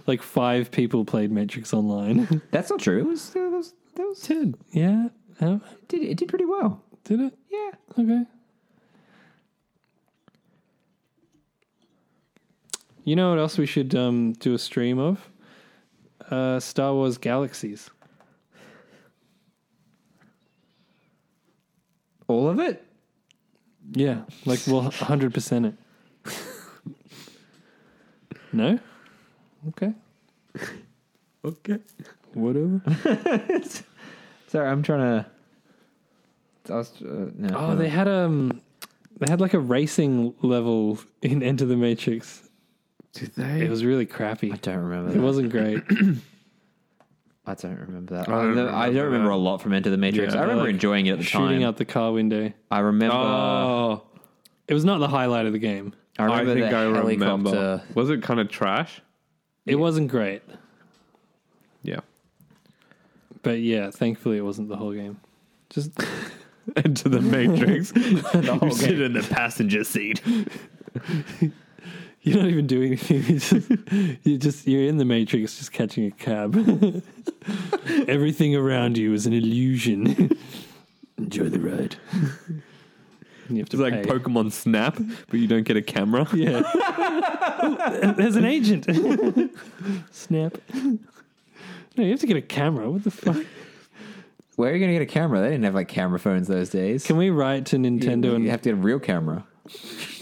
like five people played Matrix Online. That's not true. It was, that was, that was it did yeah? Huh? did it did pretty well. Did it? Yeah. Okay. You know what else we should um, do a stream of? Uh, Star Wars Galaxies. All of it? Yeah, like well, hundred percent it. No. Okay. Okay. Whatever. Sorry, I'm trying to. I was, uh, no, Oh, no. they had um, they had like a racing level in Enter the Matrix. Do they? It was really I crappy. don't remember. It That. wasn't great. I don't remember that. I I don't don't remember, I don't remember remember that. a lot from Enter the Matrix. Yeah, I remember like enjoying it at the Shooting time. out the car window. I remember. oh, It was not the highlight of the game. I I, remember think the I helicopter. remember. Was it kind of trash? It wasn't great, Yeah. but yeah, thankfully it wasn't the whole game. Just Into the Matrix. whole you sit game. in the passenger seat. you're not even doing anything. You just, you just you're in the Matrix, just catching a cab. Everything around you is an illusion. Enjoy the ride. And you have to It's like pay. Pokemon Snap, but you don't get a camera. Yeah. Ooh, there's an agent. Snap. No, you have to get a camera. What the fuck? Where are you going to get a camera? They didn't have like camera phones those days. Can we write to Nintendo You and have to get a real camera.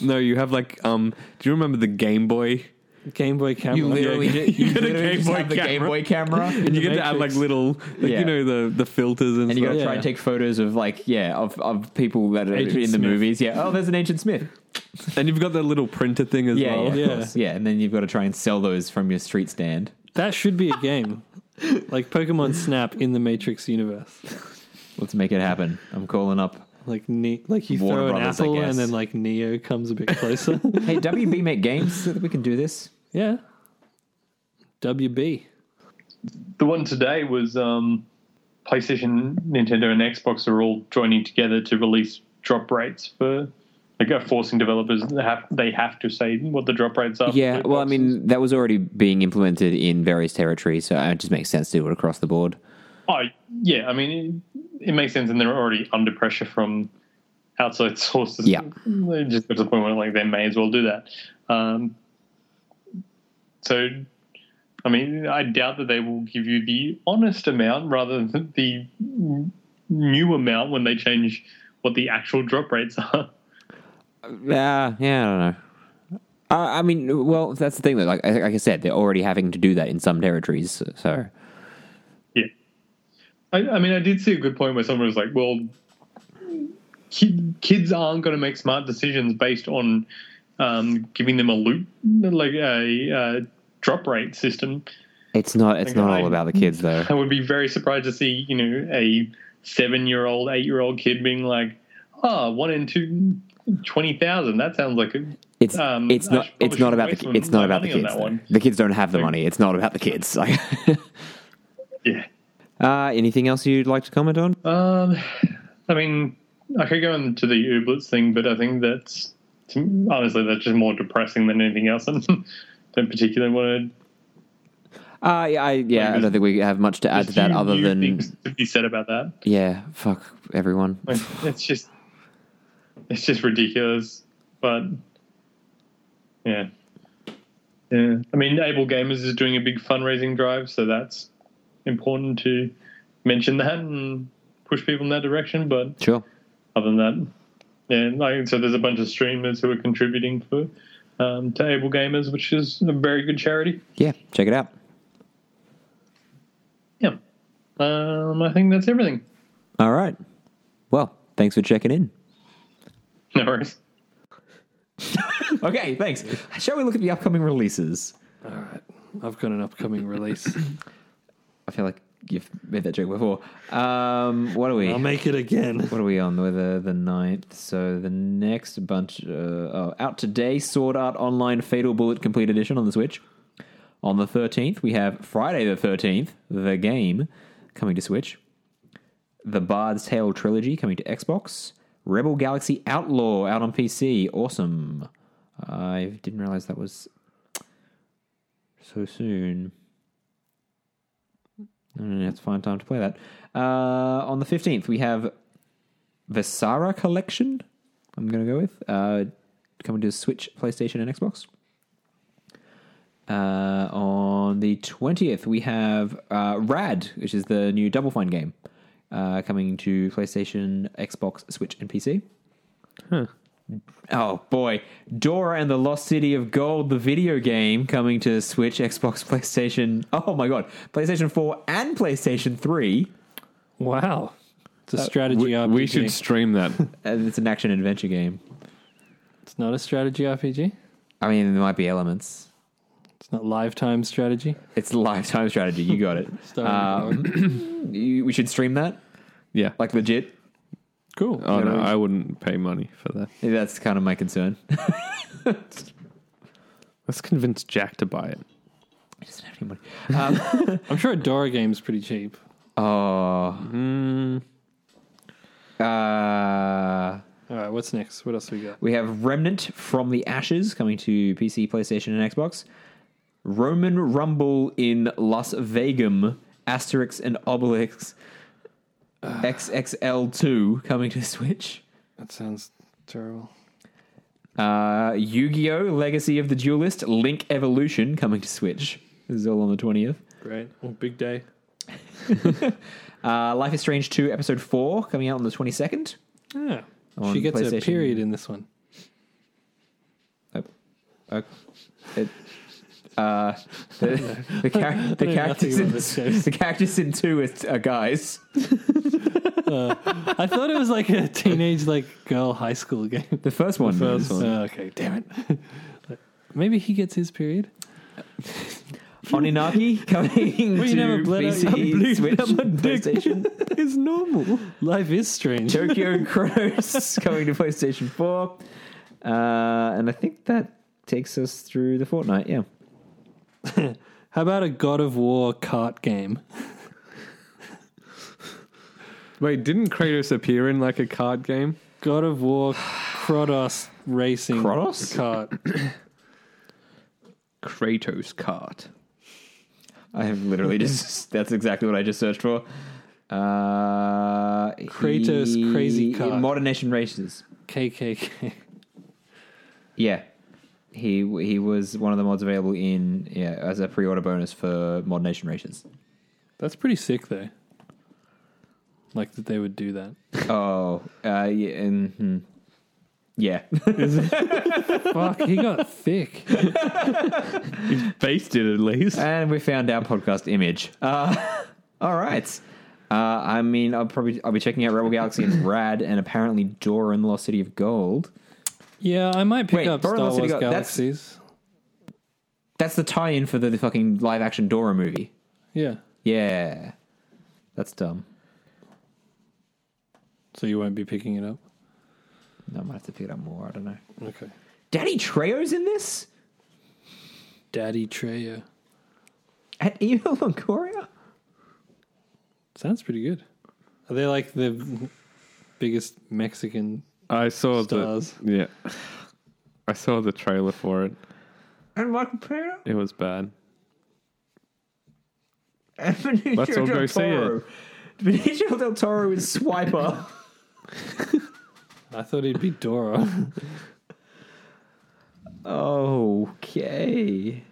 No, you have like um. Do you remember the Game Boy? Game Boy camera? You literally, did- you you get a literally Game just Boy have the Game camera. Boy camera. And you The get to add like Matrix. little, like Yeah. you know the the filters and, And you stuff. got to try Yeah. and take photos of like yeah of, of people that are Agent in the Smith. movies. Yeah. Oh, there's an Ancient Smith. and you've got that little printer thing as Yeah, well. yeah, Yeah. yeah. yeah. And then you've got to try and sell those from your street stand. That should be a game. like Pokemon Snap in the Matrix universe. Let's make it happen. I'm calling up. Like ne- like you Warner throw an Brothers, I apple guess. and then like Neo comes a bit closer. Hey, WB make games so that we can do this. yeah. WB. The one today was um, PlayStation, Nintendo, and Xbox are all joining together to release drop rates for. Like are forcing developers they have they have to say what the drop rates are. for Yeah, their well, I boxes. mean, that was already being implemented in various territories, so it just makes sense to do it across the board. Oh, yeah. I mean, it, it makes sense, and they're already under pressure from outside sources. Yeah. they just got to the point where like they may as well do that. Um, so, I mean, I doubt that they will give you the honest amount rather than the new amount when they change what the actual drop rates are. Yeah, yeah, I don't know. Uh, I mean, well, that's the thing though. Like, like I said, they're already having to do that in some territories. So, Yeah. I, I mean, I did see a good point where someone was like, well, ki- kids aren't going to make smart decisions based on um, giving them a loop, like a uh, drop rate system. It's not. It's Okay, not I- all about the kids, though. I would be very surprised to see, you know, a seven year old, eight year old kid being like, oh, one in two. 20,000 that sounds like a, It's um, it's I not should probably it's not about waste the some it's not my about the money on kids. that though. one. The kids don't have the money. It's not about the kids. Like, yeah uh, anything else you'd like to comment on? Um, I mean, I could go into the Ublitz thing, but I think that's honestly that's just more depressing than anything else. I don't particularly want Uh, yeah, I, yeah. I don't think we have much to to add to that few other new than things to be said about that. yeah. Fuck everyone. Like, it's just it's just ridiculous, but yeah. Yeah. I mean, Able Gamers is doing a big fundraising drive, so that's important to mention that and push people in that direction. But Sure. other than that, yeah, like so, there's a bunch of streamers who are contributing for um, to Able Gamers, which is a very good charity. Yeah, check it out. Yeah. Um, I think that's everything. All right. Well, thanks for checking in. No worries. Okay, thanks. Shall we look at the upcoming releases? I've got an upcoming release. I feel like you've made that joke before. Um, what are we? I'll make it again. What are we on? We're the, the ninth. So the next bunch uh, oh, out today: Sword Art Online Fatal Bullet Complete Edition on the Switch. On the thirteenth, we have Friday the thirteenth, the game coming to Switch. The Bard's Tale trilogy coming to Xbox. Rebel Galaxy Outlaw out on PC. Awesome. I didn't realize that was so soon. I don't know, it's fine time to play that. Uh, on the 15th, we have Vesara Collection, I'm going to go with, uh, coming to Switch, PlayStation, and Xbox. Uh, on the 20th, we have uh, Rad, which is the new Double Fine game, uh, coming to PlayStation, Xbox, Switch, and PC. Oh boy, Dora and the Lost City of Gold, the video game coming to Switch, Xbox, PlayStation. Oh my god, PlayStation 4 and PlayStation 3. Wow. It's a strategy We, RPG. we should stream that. And Uh, it's an action adventure game. It's not a strategy RPG. I mean, there might be elements. It's not lifetime strategy. It's lifetime strategy. You got it. Starring Lord. You- we should stream that, yeah. like legit. cool. oh no, I wouldn't pay money for that. That's kind of my concern. Let's convince Jack to buy it. He doesn't have any money. I'm sure a Dora game's pretty cheap. Oh. Uh, All right, what's next? What else we got? we have Remnant from the Ashes coming to PC, PlayStation, and Xbox. Roman Rumble in Las Vegas, Asterix and Obelix, XXL2 coming to Switch. That sounds terrible. Uh, Yu-Gi-Oh! Legacy of the Duelist, Link Evolution coming to Switch. This is all on the 20th. Great. Well, big day. Uh, Life is Strange 2 Episode 4 coming out on the 22nd. Yeah. On she gets a PlayStation. period in this one. Uh, it- uh, the, the, char- the know characters in, nothing about this game. the characters in 2 are, are guys. I thought it was like a teenage like girl high school game. The first one. is. Oh, okay, damn it. Maybe he gets his period. Oninaki coming Well, to you never bled out PC, your blue Switch, number dick. PlayStation. It's normal. Life is strange. Tokyo Chronos coming to PlayStation 4. Uh, and I think that takes us through the fortnight, yeah. How about a God of War cart game? Wait, didn't Kratos appear in like a card game? God of War Kronos racing Kronos? cart. Kratos cart. I have literally just that's exactly what I just searched for. Uh, Kratos crazy card. Modern Nation Races. KKK. Yeah, he he was one of the mods available in yeah as a pre-order bonus for Modern Nation Races. That's pretty sick though. Like that they would do that. oh, uh, yeah, and, hmm. yeah. Fuck, he got thick. Based it at least. and we found our podcast image. Uh, all right. Uh, I mean, I'll probably I'll be checking out Rebel Galaxy and Rad, and apparently Dora and the Lost City of Gold. Yeah, I might pick Wait, up Burn Star Lost City Wars got- that's- Galaxies. That's the tie-in for the, the fucking live-action Dora movie. Yeah. Yeah. That's dumb. So you won't be picking it up? I might have to pick it up more. I don't know. Okay. Daddy Trejo's in this? Daddy Treya. At Evil Longoria? Sounds pretty good. Are they like the biggest Mexican? I saw Stars. the yeah. I saw the trailer for it. And Michael Pena? It was bad. And Benicio Let's all del go see Toro. Benicio del Toro is Swiper. I thought he'd be Dora. okay.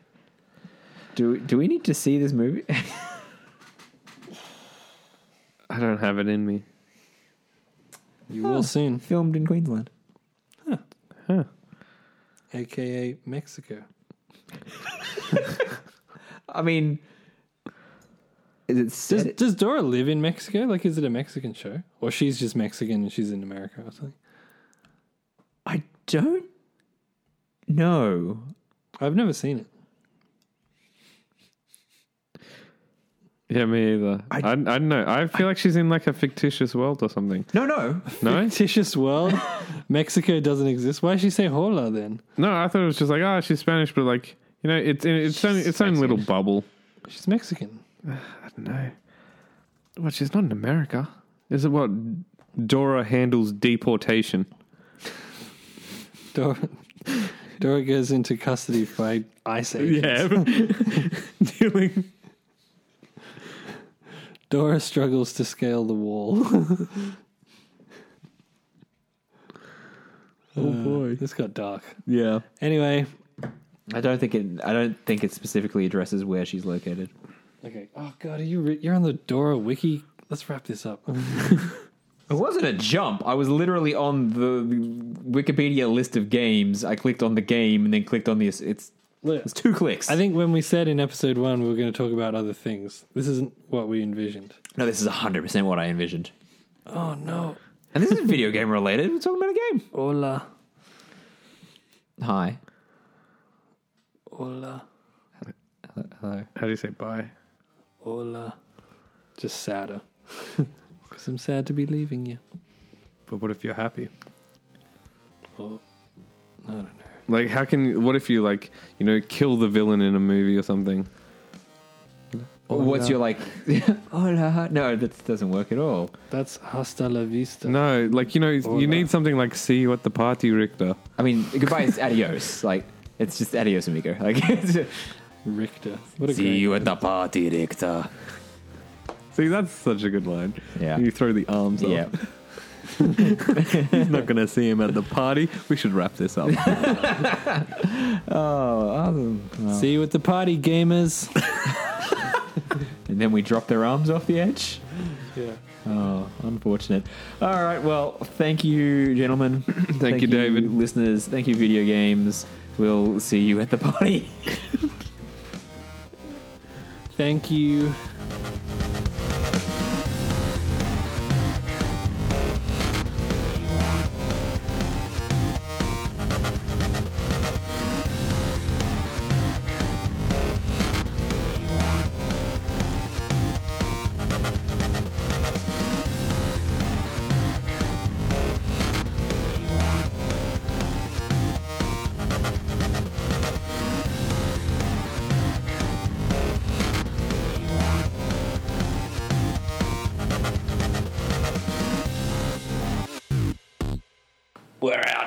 Do do we need to see this movie? I don't have it in me. You will soon, Filmed in Queensland. aka Mexico. I mean, is it Does, set? does Dora live in Mexico? Like, is it a Mexican show, or she's just Mexican and she's in America or something? I don't know. I've never seen it. Yeah, me either. I, I, don't know. I feel like she's in like a fictitious world or something. No, no. No, Fictitious world. Mexico doesn't exist. Why does she say hola then? no. I thought it was just like, oh, she's Spanish, but like you know, it's in its own its own little bubble. She's Mexican. I don't know. Well, she's not in America. Is it what Dora handles deportation? Dora, Dora goes into custody by ICE agents. dealing. Dora struggles to scale the wall. oh boy, this got dark. Yeah. Anyway, I don't think it. I don't think it specifically addresses where she's located. okay. Oh god, are you re- you're on the Dora wiki? Let's wrap this up. It wasn't a jump. I was literally on the Wikipedia list of games. I clicked on the game and then clicked on the. It's Look, it's two clicks. I think when we said in episode one we were going to talk about other things, this isn't what we envisioned. no, this is hundred percent what I envisioned, Oh no, and this is video game related. We're talking about a game. hola, Hi. hola, Hello. How do you say bye? hola. Just sadder because I'm sad to be leaving you. But what if you're happy? Oh, I don't know. Like, how can? What if you like, you know, kill the villain in a movie or something? What's your like? oh no, no, that doesn't work at all. That's hasta la vista. No, like you know, Or that. you need something like "see you at the party, Richter." I mean, goodbye is adios. Like it's just adios, amigo. Like it's- Richter. What a see great you at the party, Richter. See, that's such a good line. Yeah. you throw the arms up. Yeah. He's not going to see him at the party. We should wrap this up. See you at the party, gamers. And then we drop their arms off the edge. yeah. Oh, unfortunate. All right. Well, thank you, gentlemen. thank, you, David. Listeners, thank you, video games. We'll see you at the party. Thank you. We're out.